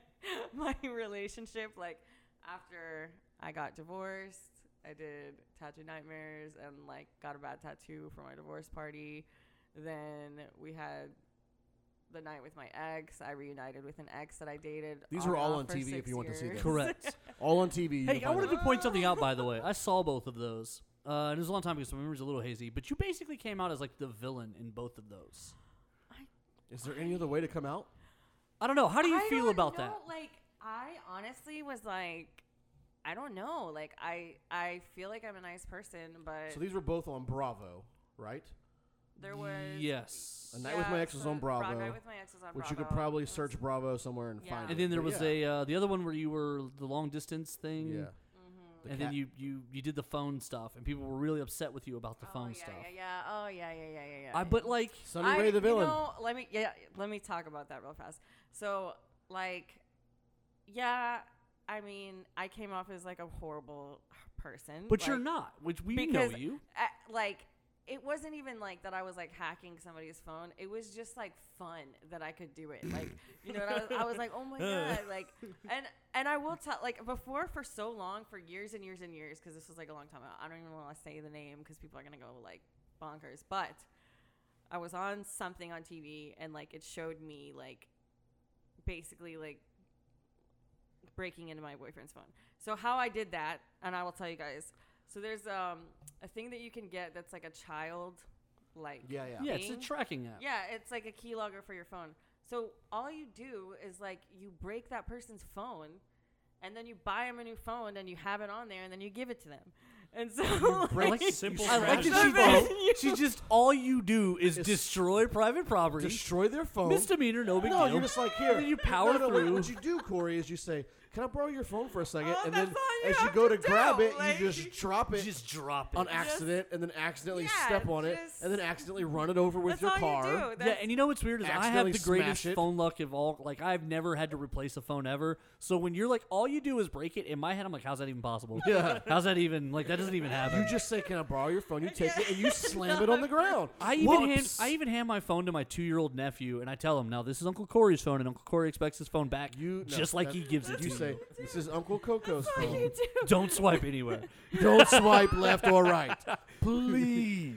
S5: my relationship. Like after I got divorced. I did tattoo nightmares and like got a bad tattoo for my divorce party. Then we had the night with my ex. I reunited with an ex that I dated.
S1: These
S5: on
S1: are
S5: and
S1: all
S5: off
S1: on
S5: for
S1: TV if
S5: six
S1: you want to see
S5: years.
S1: them.
S5: [LAUGHS]
S2: Correct.
S1: all on TV. you
S2: hey,
S1: can
S2: I
S1: find
S2: wanted
S1: them.
S2: to point something out, by the
S1: [LAUGHS]
S2: way. I saw both of those. Uh, and it was a long time ago, so my memory's a little hazy. But you basically came out as like the villain in both of those.
S1: Is there any other way to come out?
S2: I don't know. How do you
S5: I
S2: feel
S5: don't
S2: about
S5: know, Like I honestly was like, I don't know. Like I I feel like I'm a nice person, but
S1: So these were both on Bravo, right?
S5: there was
S2: that? Yes.
S1: A night with my ex was
S5: so
S1: on Bravo,
S5: Night with my ex was on
S1: Which
S5: Bravo. Oh,
S1: you could probably
S5: It was-
S1: search Bravo somewhere and
S5: Yeah.
S1: find.
S2: And
S1: it.
S2: then there
S1: But
S2: was
S1: yeah.
S2: a uh, the other one where you were the long distance thing.
S1: yeah. The
S2: and
S1: cat-
S2: then you, you you did the phone stuff, and people were really upset with you about the
S5: Oh
S2: phone
S5: yeah,
S2: stuff.
S5: yeah, yeah. Oh yeah, yeah, yeah, yeah, yeah.
S2: I but like
S1: Sunny Ray the villain.
S5: You know, let me yeah, let me talk about that real fast. So like, yeah, I I mean, I came off as like a horrible person.
S2: But you're
S5: like-
S2: not, which we know
S5: because
S2: you.
S5: uh, like it wasn't even like that I was like hacking somebody's phone. It was just like fun that I could do it. Like you know, and I, was, I was like, oh
S2: [LAUGHS]
S5: my god, like and and I will tell like before for so long for years and years and years because this was like a long time. ago. I don't even want to say the name because people are gonna go like bonkers. But I was on something on TV and like it showed me like basically like breaking into my boyfriend's phone. So how I did that, and I will tell you guys. So there's um a thing that you can get that's like a child like
S1: Yeah, yeah.
S2: Yeah, it's a
S5: thing.
S1: [LAUGHS]
S2: tracking app.
S5: yeah, it's like a keylogger for your phone. So all you do is like you break that person's phone, and then you buy them a new phone, and you have it on there, and then you give it to them. And so
S2: I like,
S5: like, [LAUGHS]
S3: Simple
S2: I like
S3: strategy.
S2: that she, she [LAUGHS] just all you do is
S1: Just-
S2: destroy private property,
S1: Destroy their phone.
S2: misdemeanor, no big
S1: No,
S2: deal.
S1: you're just like here.
S2: And then you power
S1: no, no, wait,
S2: through.
S1: What you do, Corey, is you say, "Can I borrow your phone for a second?
S5: Oh,
S1: and
S5: that's
S1: then
S5: all you
S1: as you
S5: have
S1: go to
S5: to
S1: grab
S5: do,
S1: it,
S5: like-
S1: you just drop it
S2: just drop it.
S1: on accident, and then accidentally
S5: Yeah,
S1: step on it,
S5: just-
S1: and then accidentally run it over with
S5: that's
S1: your
S5: all
S1: car.
S5: you do. That's,
S2: yeah, and you know what's weird is I have
S1: Accidentally
S2: the greatest
S1: smash it.
S2: phone luck of all. Like I've never had to replace a phone ever. So when you're like, all you do is break it. In my head, I'm like, how's that even possible?
S1: Yeah.
S2: how's that even like that doesn't even happen.
S1: You just say, "Can I borrow your phone?" You take it and [LAUGHS] you slam it on the ground.
S2: I even
S1: Whoops.
S2: hand, I even hand my phone to my two year old nephew, and I tell him now this is Uncle Corey's phone, and Uncle Corey expects his phone back,
S1: you no,
S2: just like
S1: that-
S2: he gives it
S1: You
S2: to
S1: say,
S2: you.
S1: "This is Uncle Coco's
S5: all
S1: phone.
S5: you
S2: [LAUGHS]
S5: do.
S2: Don't
S1: [LAUGHS]
S2: swipe anywhere.
S1: Don't swipe left or
S2: [LAUGHS]
S1: right, please.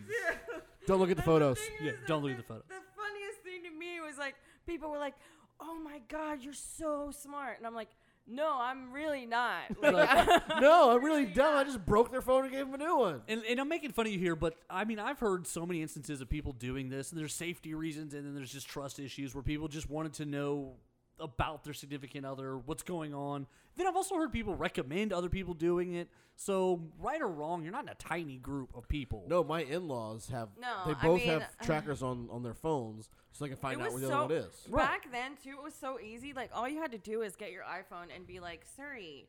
S1: Don't look at the photos."
S5: thing
S2: Yeah,
S5: is that
S2: don't look at the photo.
S5: The funniest thing to me was like people were like, "Oh my god, you're so smart," and I'm like, "No, I'm
S2: [LAUGHS]
S5: really not." Like,
S1: no, I'm really dumb. I just broke their phone and gave them a new one.
S2: And, and I'm making fun of you here, but I mean, I've heard so many instances of people doing this, and there's safety reasons, and then there's just trust issues where people just wanted to know about their significant other, what's going on. Then I've also heard people recommend other people doing it. So, right or wrong, you're not in a tiny group of people.
S1: No, my in-laws have.
S5: No,
S1: they
S5: I
S1: both
S5: mean, uh,
S1: have trackers on on their phones, so they can find out where the other one is.
S5: Back then too, it was so easy. Like all you had to do is get your iPhone and be like, Siri,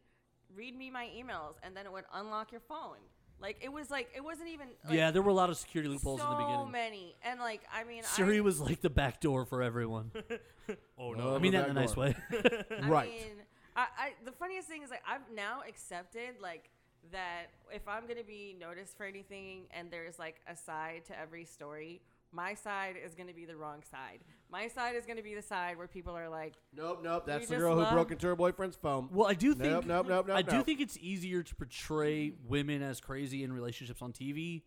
S5: read me my emails, and then it would unlock your phone. Like it was like it wasn't even like,
S2: yeah, there were a lot of security
S5: so
S2: loopholes in the beginning.
S5: many. And like I mean
S2: Siri
S5: I,
S2: was like the back door for everyone.
S3: Oh
S1: Oh,
S3: no.
S2: I mean
S1: the
S2: that in a
S1: back
S2: nice
S1: door.
S2: way.
S5: I
S1: right.
S5: mean, I, I the funniest thing is like I've now accepted like that if I'm gonna be noticed for anything and there's like a side to every story, my side is gonna be the wrong side. My side is gonna be the side where people are like,
S1: nope, nope. That's the
S5: just
S1: girl who
S5: love-
S1: broke into her boyfriend's phone.
S2: [LAUGHS] well, I do
S1: Nope,
S2: think
S1: nope, nope, nope,
S2: I do
S1: nope.
S2: think it's easier to portray women as crazy in relationships on TV.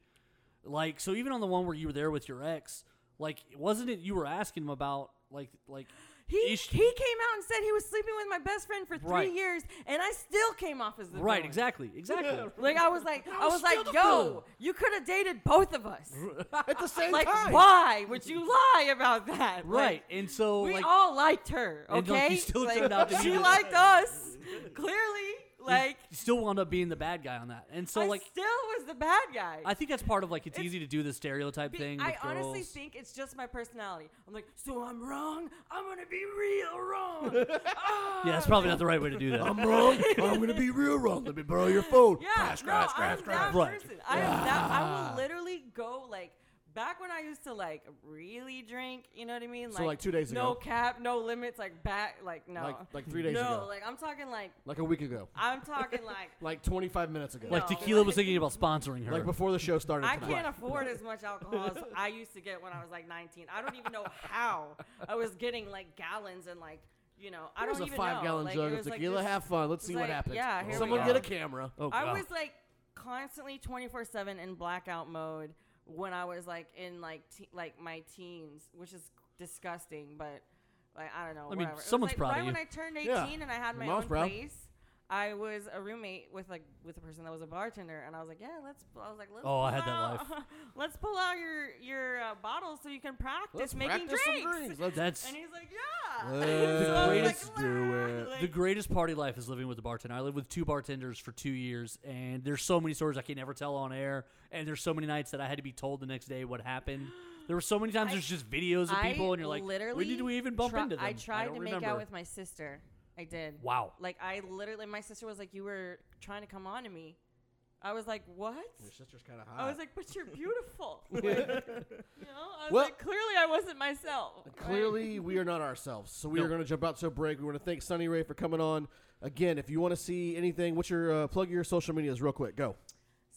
S2: Like so even on the one where you were there with your ex, like wasn't it you were asking him about like like
S5: He,
S2: ish-
S5: he came out and said he was sleeping with my best friend for three
S2: Right.
S5: years, and I still came off as the
S2: Right,
S5: villain. [LAUGHS]
S2: exactly. Exactly.
S5: Like I was like, I was
S2: still
S5: like,
S2: the
S5: yo,
S2: villain."
S5: you could have dated both of us.
S1: At
S5: [LAUGHS]
S1: the same
S5: like,
S1: time,
S5: why would you lie about that? Like,
S2: right. And so
S5: we
S2: like
S5: all liked her,
S2: And,
S5: okay?
S2: like, you still turned out to be
S5: she
S2: the-
S5: liked us, clearly. Like,
S2: you still wound up being the bad guy on that. And so
S5: I
S2: like
S5: still was the bad guy.
S2: I think that's part of like it's, easy to do the stereotype
S5: Be-
S2: thing.
S5: I
S2: with
S5: honestly
S2: girls.
S5: think it's just my personality. I'm like, so I'm wrong. I'm gonna be real wrong. Ah. [LAUGHS]
S2: Yeah, that's probably not the right way to do that.
S1: I'm wrong. I'm gonna be real wrong. Let me borrow your phone.
S5: [LAUGHS] Yeah,
S1: Crash,
S5: no,
S1: crash,
S5: I'm
S1: crash,
S5: that
S1: crash. Ah.
S2: Right.
S5: person. I am that. I will literally go like back when I used to like really drink. You know what I mean?
S1: So, like, two days
S5: No
S1: ago.
S5: cap, no limits. Like back, like no,
S1: Like like three days
S5: no,
S1: ago, like,
S5: like I'm talking like
S1: a week ago,
S5: I'm talking like
S1: like 25 minutes ago,
S2: [LAUGHS] like
S5: No.
S2: tequila was thinking about sponsoring her.
S1: like before the show started.
S5: I
S1: tonight.
S5: can't afford as much alcohol as I used to get when I was like 19. I don't even know how I was getting like gallons and like you know I
S1: Here's
S5: don't
S1: a
S5: even know.
S1: five-gallon
S5: like,
S1: jug
S5: it
S1: of
S5: was, like,
S1: tequila.
S5: just-
S1: Have fun. Let's
S5: it's
S1: see what
S5: like,
S1: happens.
S5: yeah, here we
S1: Someone
S5: go.
S1: get a camera.
S2: oh,
S5: I
S2: God.
S5: was like constantly 24 7 in blackout mode when I was like in like te- like my teens, which is disgusting, but like I don't know.
S2: mean,
S5: whatever. It was,
S2: someone's
S5: like,
S2: proud of
S5: right
S2: you.
S5: when I turned 18
S1: Yeah.
S5: and I had
S1: Your
S5: my
S1: mom's
S5: own
S1: proud.
S5: place. I was a roommate with like with a person that was a bartender, and I was like, "Yeah, let's." I was like, let's
S2: Oh, I
S5: pull
S2: had that
S5: out-
S2: life.
S5: [LAUGHS] let's pull out your your uh, bottles so you can practice
S1: Let's
S5: making
S1: practice some
S5: drinks."
S1: drinks.
S5: [LAUGHS]
S1: Let's-
S2: that's
S5: And he's like, "Yeah." [LAUGHS]
S1: Let's
S5: I was
S2: Let's
S1: do
S5: "Ah,"
S1: it.
S5: like-
S2: the greatest party life is living with a bartender. I lived with two bartenders for two years, and there's so many stories I can never tell on air. And there's so many nights that I had to be told the next day what happened. There were so many times there's just videos of people, and you're like,
S5: literally
S2: when did we even bump
S5: tri-
S2: into them?
S5: I tried
S2: don't
S5: to
S2: remember.
S5: make out with my sister. I did.
S2: Wow.
S5: Like I literally, my sister was like, "You were trying to come on to me." I was like, "What?"
S1: Your sister's kind of
S5: I
S1: hot.
S2: [LAUGHS]
S5: [LAUGHS] was like, "But you're beautiful." Like, you know, I was
S1: Well-
S5: like, clearly I wasn't myself. right?
S1: Clearly, we are not ourselves. So we are
S2: Nope.
S1: going to jump out to a break. We want to thank Sunny Ray for coming on. Again, if you want to see anything, what's your uh, plug your social medias real quick? Go.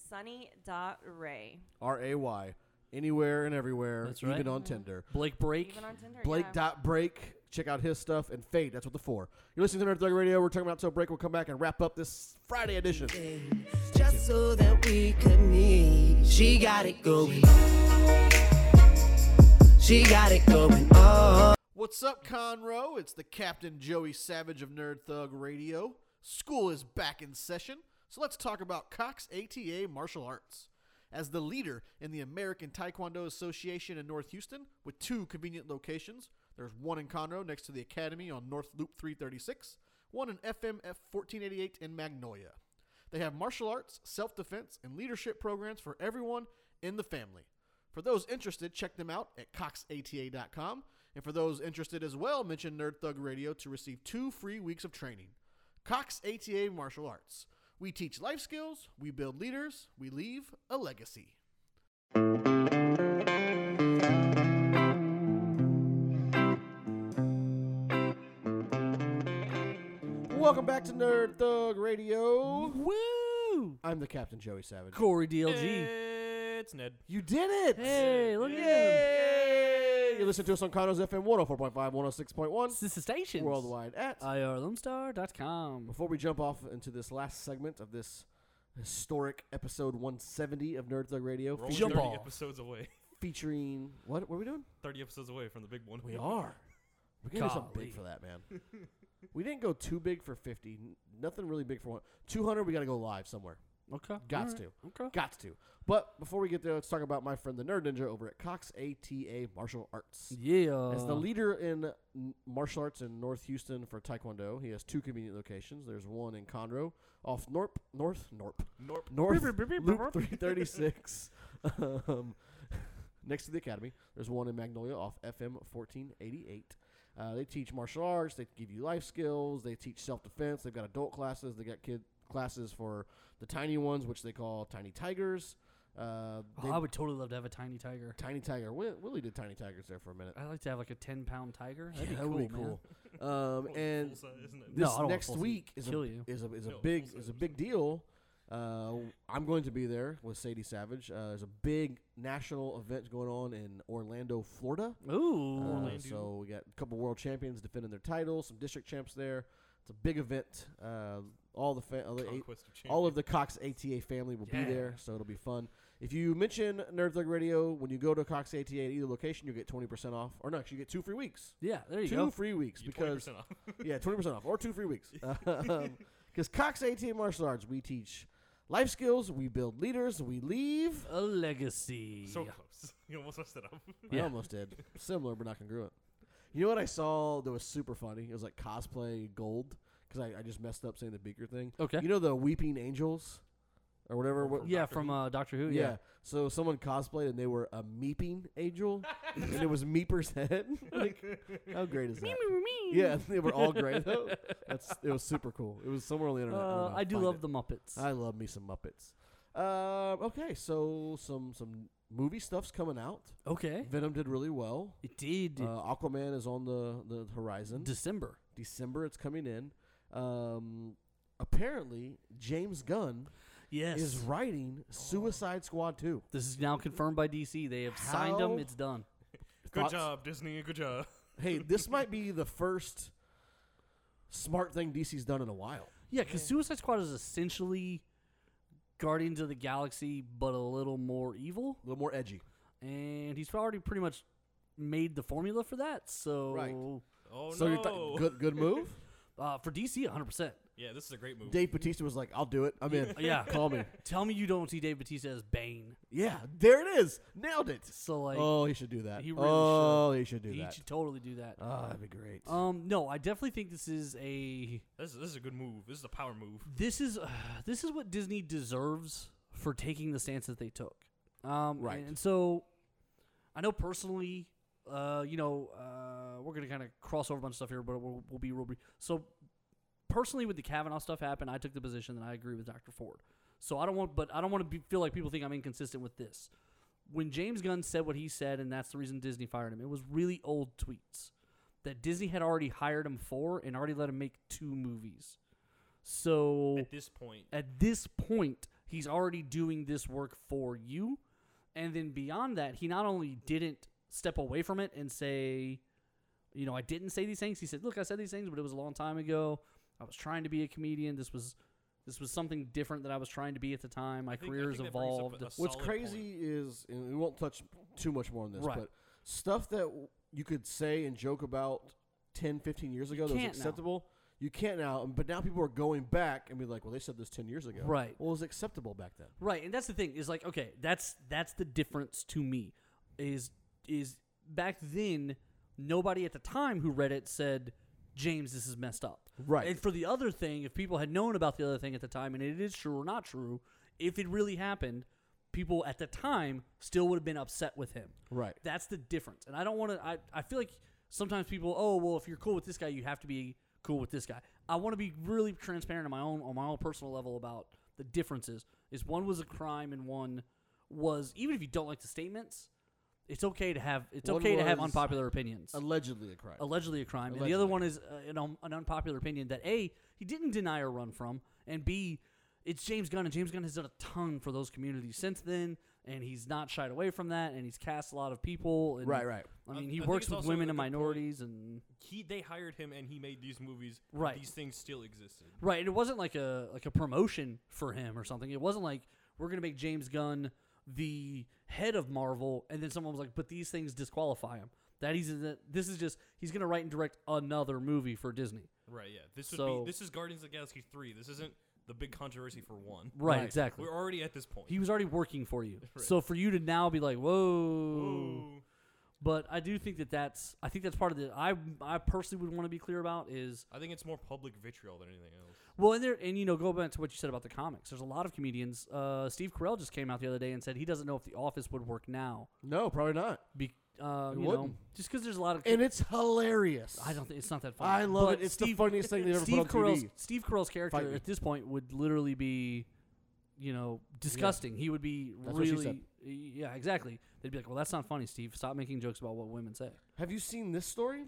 S5: Sunny dot Ray.
S1: R A Y. Anywhere and everywhere,
S2: That's
S1: even
S2: right.
S1: on Tinder.
S2: Blake Break.
S5: Even on Tinder.
S1: [LAUGHS] Blake
S5: yeah.
S1: dot break. Check out his stuff and fade. That's what the four. You're listening to Nerd Thug Radio. We're talking about till break. We'll come back and wrap up this Friday edition.
S6: Just so that we could meet. She got it going on. She got it going Oh. on.
S1: What's up, Conroe? It's the Captain Joey Savage of Nerd Thug Radio. School is back in session, so let's talk about Cox ATA Martial Arts. As the leader in the American Taekwondo Association in North Houston, with two convenient locations, there's one in Conroe next to the Academy on North Loop 336, one in FMF 1488 in Magnolia. They have martial arts, self defense, and leadership programs for everyone in the family. For those interested, check them out at coxata.com. And for those interested as well, mention Nerd Thug Radio to receive two free weeks of training. Cox ATA Martial Arts. We teach life skills, we build leaders, we leave a legacy. Welcome back to Nerd Thug Radio.
S2: Woo!
S1: I'm the Captain Joey Savage.
S2: Corey DLG.
S3: It's Ned.
S1: You did it!
S2: Hey, look at him.
S1: Yay! You listen to us on Condos FM 104.5, 106.1,
S2: It's the station.
S1: worldwide at.
S2: Uh, IRLonestar.com.
S1: Before we jump off into this last segment of this historic episode 170 of Nerd Thug Radio,
S3: We're
S1: fe-
S3: only
S2: Jump
S3: 30
S2: off.
S3: episodes away. [LAUGHS]
S1: featuring what? What are we doing?
S3: 30 episodes away from the big one. [LAUGHS]
S1: We are. We're gonna do something
S2: Golly.
S1: big for that, man. we didn't go too big for 50. n- Nothing really big for one. 200, we got to go live somewhere.
S2: Okay.
S1: Gots
S2: alright,
S1: to.
S2: Okay.
S1: Gots to. But before we get there, let's talk about my friend the Nerd Ninja over at Cox ATA Martial Arts.
S2: Yeah. Oh,
S1: As the leader in n- martial arts in North Houston for Taekwondo, he has two convenient locations. There's one in Conroe off Norp, North, Norp,
S3: Norp.
S1: North Loop 336, [LAUGHS] um, [LAUGHS] next to the academy. There's one in Magnolia off FM 1488. Uh, they teach martial arts. They give you life skills. They teach self defense. They've got adult classes. They got kid classes for the tiny ones, which they call tiny tigers. Uh,
S2: Oh,
S1: they,
S2: I would totally love to have a tiny tiger.
S1: tiny tiger. Wi- Willie did tiny tigers there for a minute.
S2: I'd like to have like a 10 pound tiger. That'd
S1: Yeah,
S2: be cool.
S1: would
S2: man.
S1: cool. [LAUGHS] Um, and
S3: Full size, isn't it?
S2: No,
S1: this
S2: I don't want
S1: next
S2: full seat.
S1: week is
S2: Kill
S1: a,
S2: you.
S1: is a is a
S3: No,
S1: big
S3: full
S1: is a
S3: size.
S1: big deal. Uh, I'm going to be there with Sadie Savage. Uh, there's a big national event going on in Orlando, Florida.
S2: Ooh.
S1: Uh,
S3: Orlando.
S1: so we got a couple world champions defending their titles, some district champs there. It's a big event. Uh, all the fa- all the eight,
S3: Conquest of
S1: all of
S3: Champions.
S1: the Cox ATA family will
S2: Yeah.
S1: be there, so it'll be fun. If you mention Nerd Thug Radio when you go to Cox ATA at either location, you get 20% off. Or no, actually, you get two free weeks.
S2: Yeah, there you
S1: Two
S2: go.
S1: free weeks
S3: You
S1: because [LAUGHS]
S3: 20% off.
S1: yeah, twenty percent off or two free
S2: [LAUGHS]
S1: weeks. Because Cox ATA Martial Arts, we teach life skills, we build leaders, we leave.
S2: a legacy.
S3: so close. [LAUGHS] You almost messed it up.
S1: [LAUGHS] I
S2: Yeah.
S1: almost did. Similar but not congruent. You know what I saw that was super funny? It was like cosplay gold because I, I just messed up saying the beaker thing.
S2: Okay.
S1: You know the Weeping Angels or whatever. What,
S2: yeah,
S3: Doctor
S2: from
S3: Who.
S2: uh, Doctor
S1: [LAUGHS]
S2: Who.
S1: yeah.
S2: Yeah.
S1: So someone cosplayed and they were a meeping
S2: [LAUGHS]
S1: angel, and it was Meeper's head. [LAUGHS] like, how great is that? Yeah, [LAUGHS] they were all great though. That's it was super cool. It was somewhere on the internet. I, don't
S2: Uh,
S1: know,
S2: I do
S1: find
S2: love
S1: it.
S2: the Muppets.
S1: I love me some Muppets. Uh, okay, so some some movie stuff's coming out.
S2: okay.
S1: Venom did really well.
S2: It did.
S1: Uh, Aquaman is on the the horizon.
S2: December.
S1: December, it's coming in. Um, apparently, James Gunn
S2: Yes.
S1: is writing Suicide Squad two.
S2: This is now confirmed by DC. They have signed
S1: How?
S2: them. It's done.
S3: Good
S1: Thoughts?
S3: job, Disney.
S1: [LAUGHS]
S3: Good job.
S1: Hey, this might be the first smart thing DC's done in a while.
S2: Yeah, because Suicide Squad is essentially Guardians of the Galaxy, but a little more evil.
S1: A little more edgy.
S2: And he's already pretty much made the formula for that. So
S3: Oh
S1: so
S3: no.
S1: you're th- good good move.
S2: uh, for DC, 100%.
S3: yeah, this is a great movie.
S1: Dave Batista was like, "I'll do it. I'm in.
S2: Yeah.
S1: call me."
S2: Tell me you don't see Dave Batista as Bane.
S1: Yeah, there it is. Nailed it.
S2: So, like,
S1: oh, he should do that.
S2: he really
S1: oh,
S2: should.
S1: he should do
S2: he
S1: that.
S2: should totally do that.
S1: oh, that'd be great.
S2: Um, no, I definitely think this is a
S3: this, is, this is a good move. This is a power move.
S2: this is [SIGHS] this is what Disney deserves for taking the stance that they took. Um,
S1: Right.
S2: And, so, I know personally, uh, you know, uh, we're gonna kind of cross over a bunch of stuff here, but we'll, we'll be real brief. So, personally, with the Kavanaugh stuff happen, I took the position that I agree with Dr. Ford. So I don't want, but I don't want to be, feel like people think I'm inconsistent with this. when James Gunn said what he said, and that's the reason Disney fired him, it was really old tweets that Disney had already hired him for and already let him make two movies. So
S3: At this point,
S2: at this point, he's already doing this work for you. And then beyond that, he not only didn't step away from it and say, you know, I didn't say these things. He said, look, I said these things, but it was a long time ago. I was trying to be a comedian. This was this was something different that I was trying to be at the time. My
S3: think- I
S2: career has
S3: think that brings up
S2: evolved.
S3: a
S1: What's
S3: solid
S1: crazy is, and we won't touch too much more on this,
S2: Right.
S1: but stuff that w- you could say and joke about 10, 15 years ago that was
S2: can't now.
S1: acceptable, you can't now. But now people are going back and be like, well, they said this 10 years ago.
S2: Right.
S1: Well, it was acceptable back then.
S2: Right, and that's the thing is like okay, that's that's the difference to me is is back then nobody at the time who read it said James this is messed up.
S1: Right.
S2: And for the other thing, if people had known about the other thing at the time and it is true or not true, if it really happened, people at the time still would have been upset with him.
S1: Right.
S2: That's the difference. And I don't want to. I, I feel like sometimes people, oh well, if you're cool with this guy, you have to be cool with this guy. I want to be really transparent on my own on my own personal level about the differences. Is one was a crime and one was even if you don't like the statements, it's okay to have it's
S1: One
S2: okay to have
S1: was-
S2: unpopular opinions.
S1: Allegedly a crime.
S2: Allegedly a crime, and the
S1: Allegedly.
S2: other one is uh, an, un- an unpopular opinion that a he didn't deny or run from, and b it's James Gunn, and James Gunn has done a ton for those communities since then, and he's not shied away from that, and he's cast a lot of people. And,
S1: Right, right.
S2: I
S3: I-
S2: mean,
S3: I
S2: he
S3: think
S2: works
S3: it's
S2: with
S3: also
S2: women
S3: a
S2: and
S3: good point.
S2: minorities, and
S3: he they hired him and he made these movies. and
S2: Right.
S3: These things still existed.
S2: Right, and it wasn't like a like a promotion for him or something. It wasn't like we're gonna make James Gunn the head of Marvel, and then someone was like, "But these things disqualify him." That he's that this is just he's gonna write and direct another movie for Disney.
S3: Right. Yeah. This would
S2: So-
S3: be. This is Guardians of the Galaxy three. This isn't the big controversy for one.
S2: Right, exactly.
S3: We're already at this point.
S2: He was already working for you,
S3: Right.
S2: so for you to now be like, "Whoa."
S3: Ooh.
S2: But I do think that that's I think that's part of the I I personally would want to be clear about is
S3: I think it's more public vitriol than anything else.
S2: Well, and there, and you know, go back to what you said about the comics. There's a lot of comedians. Uh, Steve Carell just came out the other day and said he doesn't know if The Office would work now.
S1: No, probably not.
S2: Be, uh,
S1: It
S2: you know,
S1: wouldn't.
S2: just because there's a lot of.
S1: And it's hilarious.
S2: I don't think it's not that funny.
S1: I love
S2: But
S1: it. It's the
S2: Steve-
S1: funniest thing they've ever
S2: Steve
S1: put on
S2: Carell's
S1: TV.
S2: Steve Carell's
S1: Fight
S2: character
S1: me.
S2: at this point would literally be, you know, disgusting. He would be
S1: That's what she
S2: really. Yeah, exactly. They'd be like, "Well, that's not funny, Steve. Stop making jokes about what women say."
S1: Have you seen this story?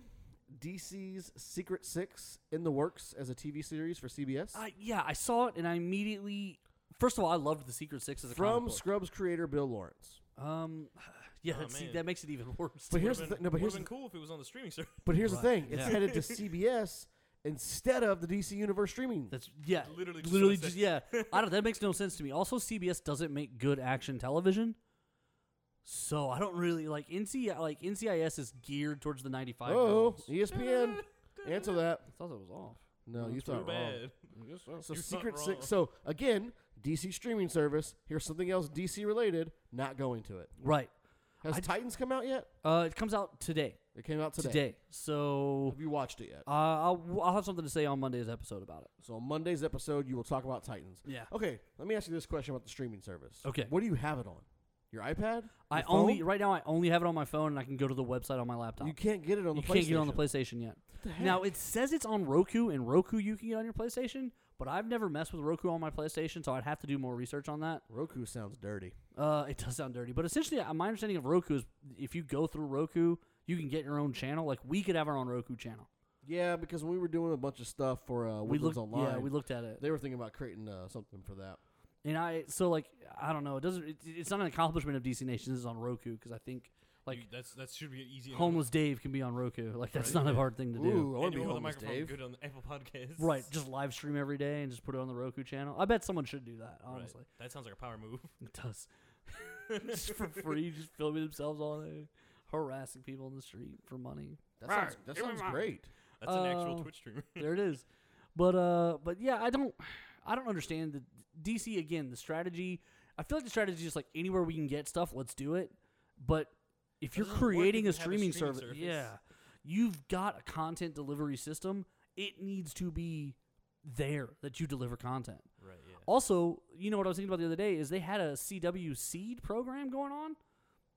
S1: DC's Secret Six in the works as a TV series for CBS.
S2: I, yeah, I saw it and I immediately. First of all, I loved the Secret Six as a
S1: from
S2: comic book.
S1: Scrubs creator Bill Lawrence.
S2: Um, [SIGHS] yeah,
S3: Oh,
S2: that- see,
S3: man.
S2: that makes it even [LAUGHS] worse.
S1: But
S2: too.
S1: here's the thing. No, but
S3: would
S1: here's
S3: have
S1: the
S3: been cool if it was on the streaming [LAUGHS] service.
S1: But here's the thing: it's
S2: yeah. [LAUGHS]
S1: headed to CBS instead of the DC Universe streaming.
S2: That's yeah,
S3: Literally just
S2: literally
S3: what I
S2: just yeah.
S3: said. [LAUGHS]
S2: I don't. That makes no sense to me. Also, CBS doesn't make good action television, so I don't really like NC. Like NCIS is geared towards the ninety-five.
S1: Oh,
S2: girls. [LAUGHS]
S1: ESPN, answer that.
S2: I thought that was off.
S1: No, you
S3: Too
S1: thought wrong.
S3: bad.
S1: So
S3: You're not
S1: Secret
S3: wrong.
S1: Six. So again, DC streaming service. Here's something else DC related. Not going to it.
S2: Right.
S1: Has
S2: I-
S1: Titans come out yet?
S2: Uh, it comes out today.
S1: It came out today.
S2: Today. So
S1: Have you watched it yet?
S2: uh, I'll I'll have something to say on Monday's episode about it.
S1: So on Monday's episode, you will talk about Titans.
S2: Yeah.
S1: Okay. Let me ask you this question about the streaming service.
S2: Okay.
S1: What do you have it on? Your iPad?
S2: I
S1: Your
S2: only
S1: phone?
S2: right now I only have it on my phone and I can go to the website on my laptop.
S1: you can't get it on
S2: You
S1: the PlayStation.
S2: can't get it on the PlayStation yet. Now it says it's on Roku, and Roku you can get on your PlayStation, but I've never messed with Roku on my PlayStation, so I'd have to do more research on that.
S1: Roku sounds dirty.
S2: Uh, it does sound dirty, but essentially, uh, my understanding of Roku is if you go through Roku, you can get your own channel. Like we could have our own Roku channel.
S1: Yeah, because when we were doing a bunch of stuff for uh,
S2: we
S1: Woodlands
S2: looked,
S1: Online,
S2: yeah, we looked at it,
S1: They were thinking about creating uh, something for that.
S2: and I so like I don't know. It doesn't. It, it's not an accomplishment of DC Nation. This is on Roku because I think like
S3: You- that's that should be an easy. enough.
S2: homeless Dave can be on Roku. [LAUGHS] Like that's
S3: Right,
S2: not a
S3: yeah.
S2: hard thing to do.
S1: Ooh, I want to be
S3: Anyone with a
S1: homeless,
S3: microphone
S1: Dave.
S3: good on the Apple Podcasts. [LAUGHS]
S2: Right, just live stream every day and just put it on the Roku channel. I bet someone should do that.
S3: Right.
S2: Honestly, [LAUGHS]
S3: That sounds like a power move. [LAUGHS]
S2: It does. just for free, just filming themselves all day, harassing people in the street for money.
S1: That sounds, that sounds great.
S3: That's an actual
S2: Uh,
S3: Twitch streamer. [LAUGHS]
S2: There it is. But uh, but yeah, I don't, I don't understand the DC again. The strategy, I feel like the strategy is just like anywhere we can get stuff, let's do it. But if you're
S3: doesn't work if
S2: creating
S3: you
S2: a
S3: have a
S2: streaming,
S3: streaming
S2: service,
S3: service.
S2: yeah, you've got a content delivery system. It needs to be there that you deliver content.
S3: Right. Yeah.
S2: Also, you know what I was thinking about the other day is they had a CW seed program going on.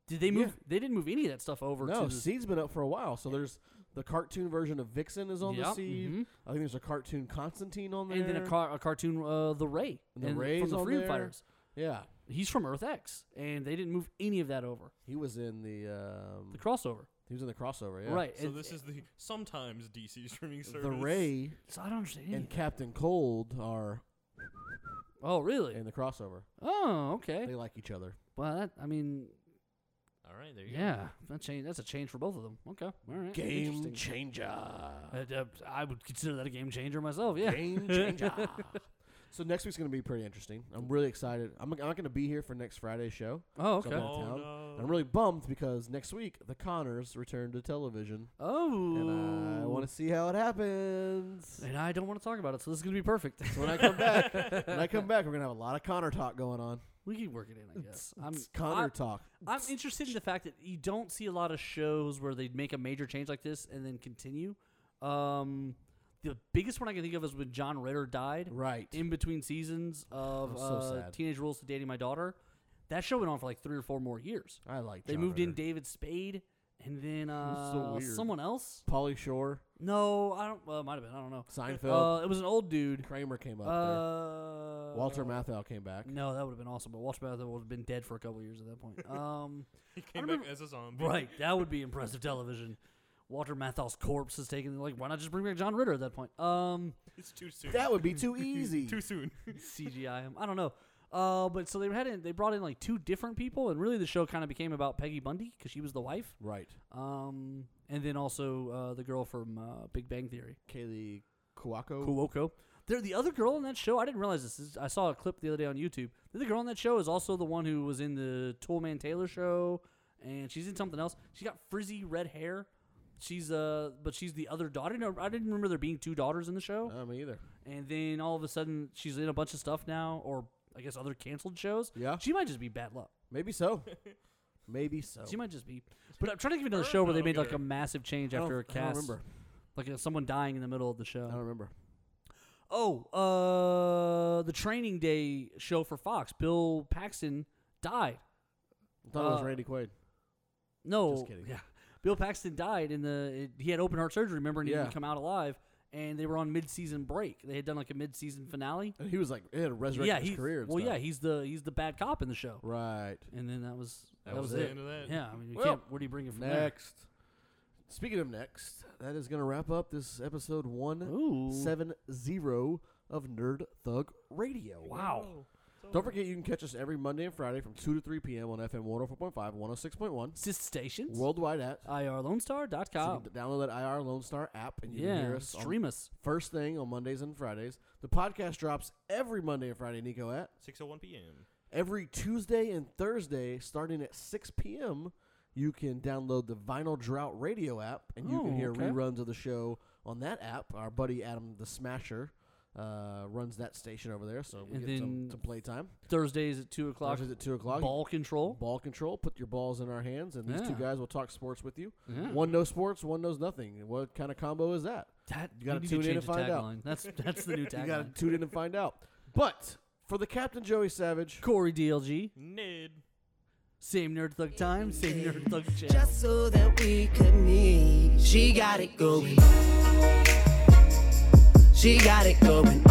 S2: Did they move?
S1: Yeah.
S2: They didn't move any of that stuff over to
S1: No,
S2: the-
S1: Seed's been up for a while. So there's the cartoon version of Vixen is on the
S2: Yep,
S1: Seed.
S2: mhm.
S1: I think there's a cartoon Constantine on there.
S2: and then a, car, a cartoon, uh, the Ray,
S1: And the
S2: and-
S1: Ray's
S2: from the
S1: on
S2: Freedom
S1: there.
S2: Fighters.
S1: Yeah.
S2: He's from Earth X, and they didn't move any of that over.
S1: He was in the um,
S2: The crossover,
S1: he was in the crossover, yeah.
S2: right?
S3: So
S2: and-
S3: this is the sometimes DC streaming service.
S1: The Ray
S2: So I don't understand. any
S1: and
S2: of
S1: Captain Cold are
S2: that. oh, really?
S1: in the crossover.
S2: oh, okay.
S1: They like each other.
S2: Well, that, I mean,
S3: All right, there you go.
S2: yeah, that change. That's a change for both of them. Okay, all right.
S1: Game
S2: interesting.
S1: changer.
S2: Uh, uh, I would consider that a game changer myself. Oh, Yeah. [LAUGHS]
S1: Game changer. [LAUGHS] so next week's gonna be pretty interesting. I'm really excited. I'm, I'm not gonna be here for next Friday's show.
S2: Oh,
S1: So I'm
S2: okay.
S1: out of
S3: Oh,
S1: town.
S3: no.
S1: And I'm really bummed because next week the Connors return to television,
S2: Oh.
S1: and I want to see how it
S2: [LAUGHS]
S1: happens.
S2: And I don't want to talk about it, so this is gonna be perfect. [LAUGHS]
S1: So when I come back, when I come back, we're gonna have a lot of Connor talk going on.
S2: we can work it in, I guess. I'm
S1: It's Connor
S2: I'm-
S1: talk.
S2: I'm interested in the fact that you don't see a lot of shows where they make a major change like this and then continue. Um, the biggest one I can think of is when John Ritter died.
S1: Right.
S2: In between seasons of
S1: That's so
S2: uh,
S1: sad.
S2: Teenage Rules to Dating My Daughter. That show went on for like three or four more years.
S1: I like.
S2: They
S1: John
S2: moved in
S1: Ritter.
S2: David Spade and then uh,
S1: so weird.
S2: someone else.
S1: Polly Shore,
S2: No, I don't. Well, it might have been. I don't know.
S1: Seinfeld.
S2: Uh, it was an old dude.
S1: Kramer came up.
S2: Uh,
S1: there. Walter Matthau came back.
S2: No, that would have been awesome, but Walter Matthau would have been dead for a couple years at
S1: [LAUGHS]
S2: that point. Um,
S3: He
S2: I
S3: came back
S2: remember-
S3: as a zombie.
S2: right, that would be impressive television. Walter Matthau's corpse is taken. Like, why not just bring back John Ritter at that point? Um,
S3: [LAUGHS] It's too soon.
S1: That would be [LAUGHS] too
S3: [LAUGHS]
S1: easy.
S2: [LAUGHS]
S3: too soon.
S2: CGI him. I don't know. Uh, but so they had in, they brought in like two different people, and really the show kind of became about Peggy Bundy because she was the wife.
S1: right.
S2: Um, and then also uh, the girl from uh, Big Bang Theory.
S1: Kaylee Kuwako.
S2: Kuoko. They're the other girl in that show. I didn't realize this. This- I saw a clip the other day on YouTube. The other girl in that show is also the one who was in the Toolman Taylor show, and she's in something else. She got frizzy red hair. She's uh, but she's the other daughter. No, I didn't remember there being two daughters in the show.
S1: Uh, me either.
S2: And then all of a sudden, she's in a bunch of stuff now, or I guess other canceled shows.
S1: Yeah.
S2: she might just be bad luck.
S1: Maybe [LAUGHS] so. Maybe so.
S2: She might just be. But I'm trying to think of another show where they made like a massive change
S1: I don't-
S2: after a cast,
S1: I don't remember.
S2: like uh, someone dying in the middle of the show.
S1: I don't remember.
S2: Oh, uh, the Training Day show for Fox. Bill Paxton died.
S1: I thought it was
S2: Uh,
S1: Randy Quaid.
S2: No,
S1: Just kidding.
S2: Yeah, Bill Paxton died in the. It, he had open heart surgery. Remember, and he
S1: Yeah.
S2: didn't come out alive. And they were on mid-season break. They had done like a mid-season finale.
S1: And he was like, it had resurrected
S2: yeah,
S1: his
S2: he.
S1: career. And
S2: well,
S1: stuff.
S2: yeah, he's the he's the bad cop in the show.
S1: Right.
S2: And then that was that,
S3: was
S2: was,
S3: the
S2: it.
S3: end of that.
S2: Yeah, I mean, you
S1: Well,
S2: can't. Where do you bring it from there?
S1: Next. Speaking of next, that is going to wrap up this episode
S2: Ooh.
S1: 170 of Nerd Thug Radio.
S2: Wow.
S1: Don't forget, you can catch us every Monday and Friday from 2 to 3 p.m. on FM 104.5, 106.1,
S2: Sister stations.
S1: worldwide at. uh, So you
S2: IRLoneStar.com.
S1: can download that IR Lone Star app and you can hear
S2: Yeah,
S1: us on
S2: stream us.
S1: first thing on Mondays and Fridays. The podcast drops every Monday and Friday, Nico, at
S3: 6:01 p.m.
S1: every Tuesday and Thursday starting at 6 p.m. You can download the Vinyl Drought Radio app and you
S2: Oh,
S1: can hear
S2: okay.
S1: reruns of the show on that app. Our buddy Adam the Smasher uh, runs that station over there, so we
S2: And
S1: get some,
S2: then
S1: some playtime.
S2: Thursdays at two o'clock.
S1: Thursdays at 2 o'clock.
S2: Ball control.
S1: Ball control. Put your balls in our hands, and these two
S2: Yeah.
S1: guys will talk sports with you.
S2: Yeah.
S1: One knows sports, one knows nothing. What kind of combo is that?
S2: That
S1: You gotta
S2: we need
S1: tune in
S2: change
S1: and
S2: the
S1: find out.
S2: tagline. That's that's [LAUGHS] the new
S1: You got
S2: tagline.
S1: to tune in and find out. But for the Captain Joey Savage,
S2: Corey DLG,
S3: Ned.
S2: same nerd thug time, same nerd thug channel.
S6: Just so that we could meet. She got it going. Oh. She got it going.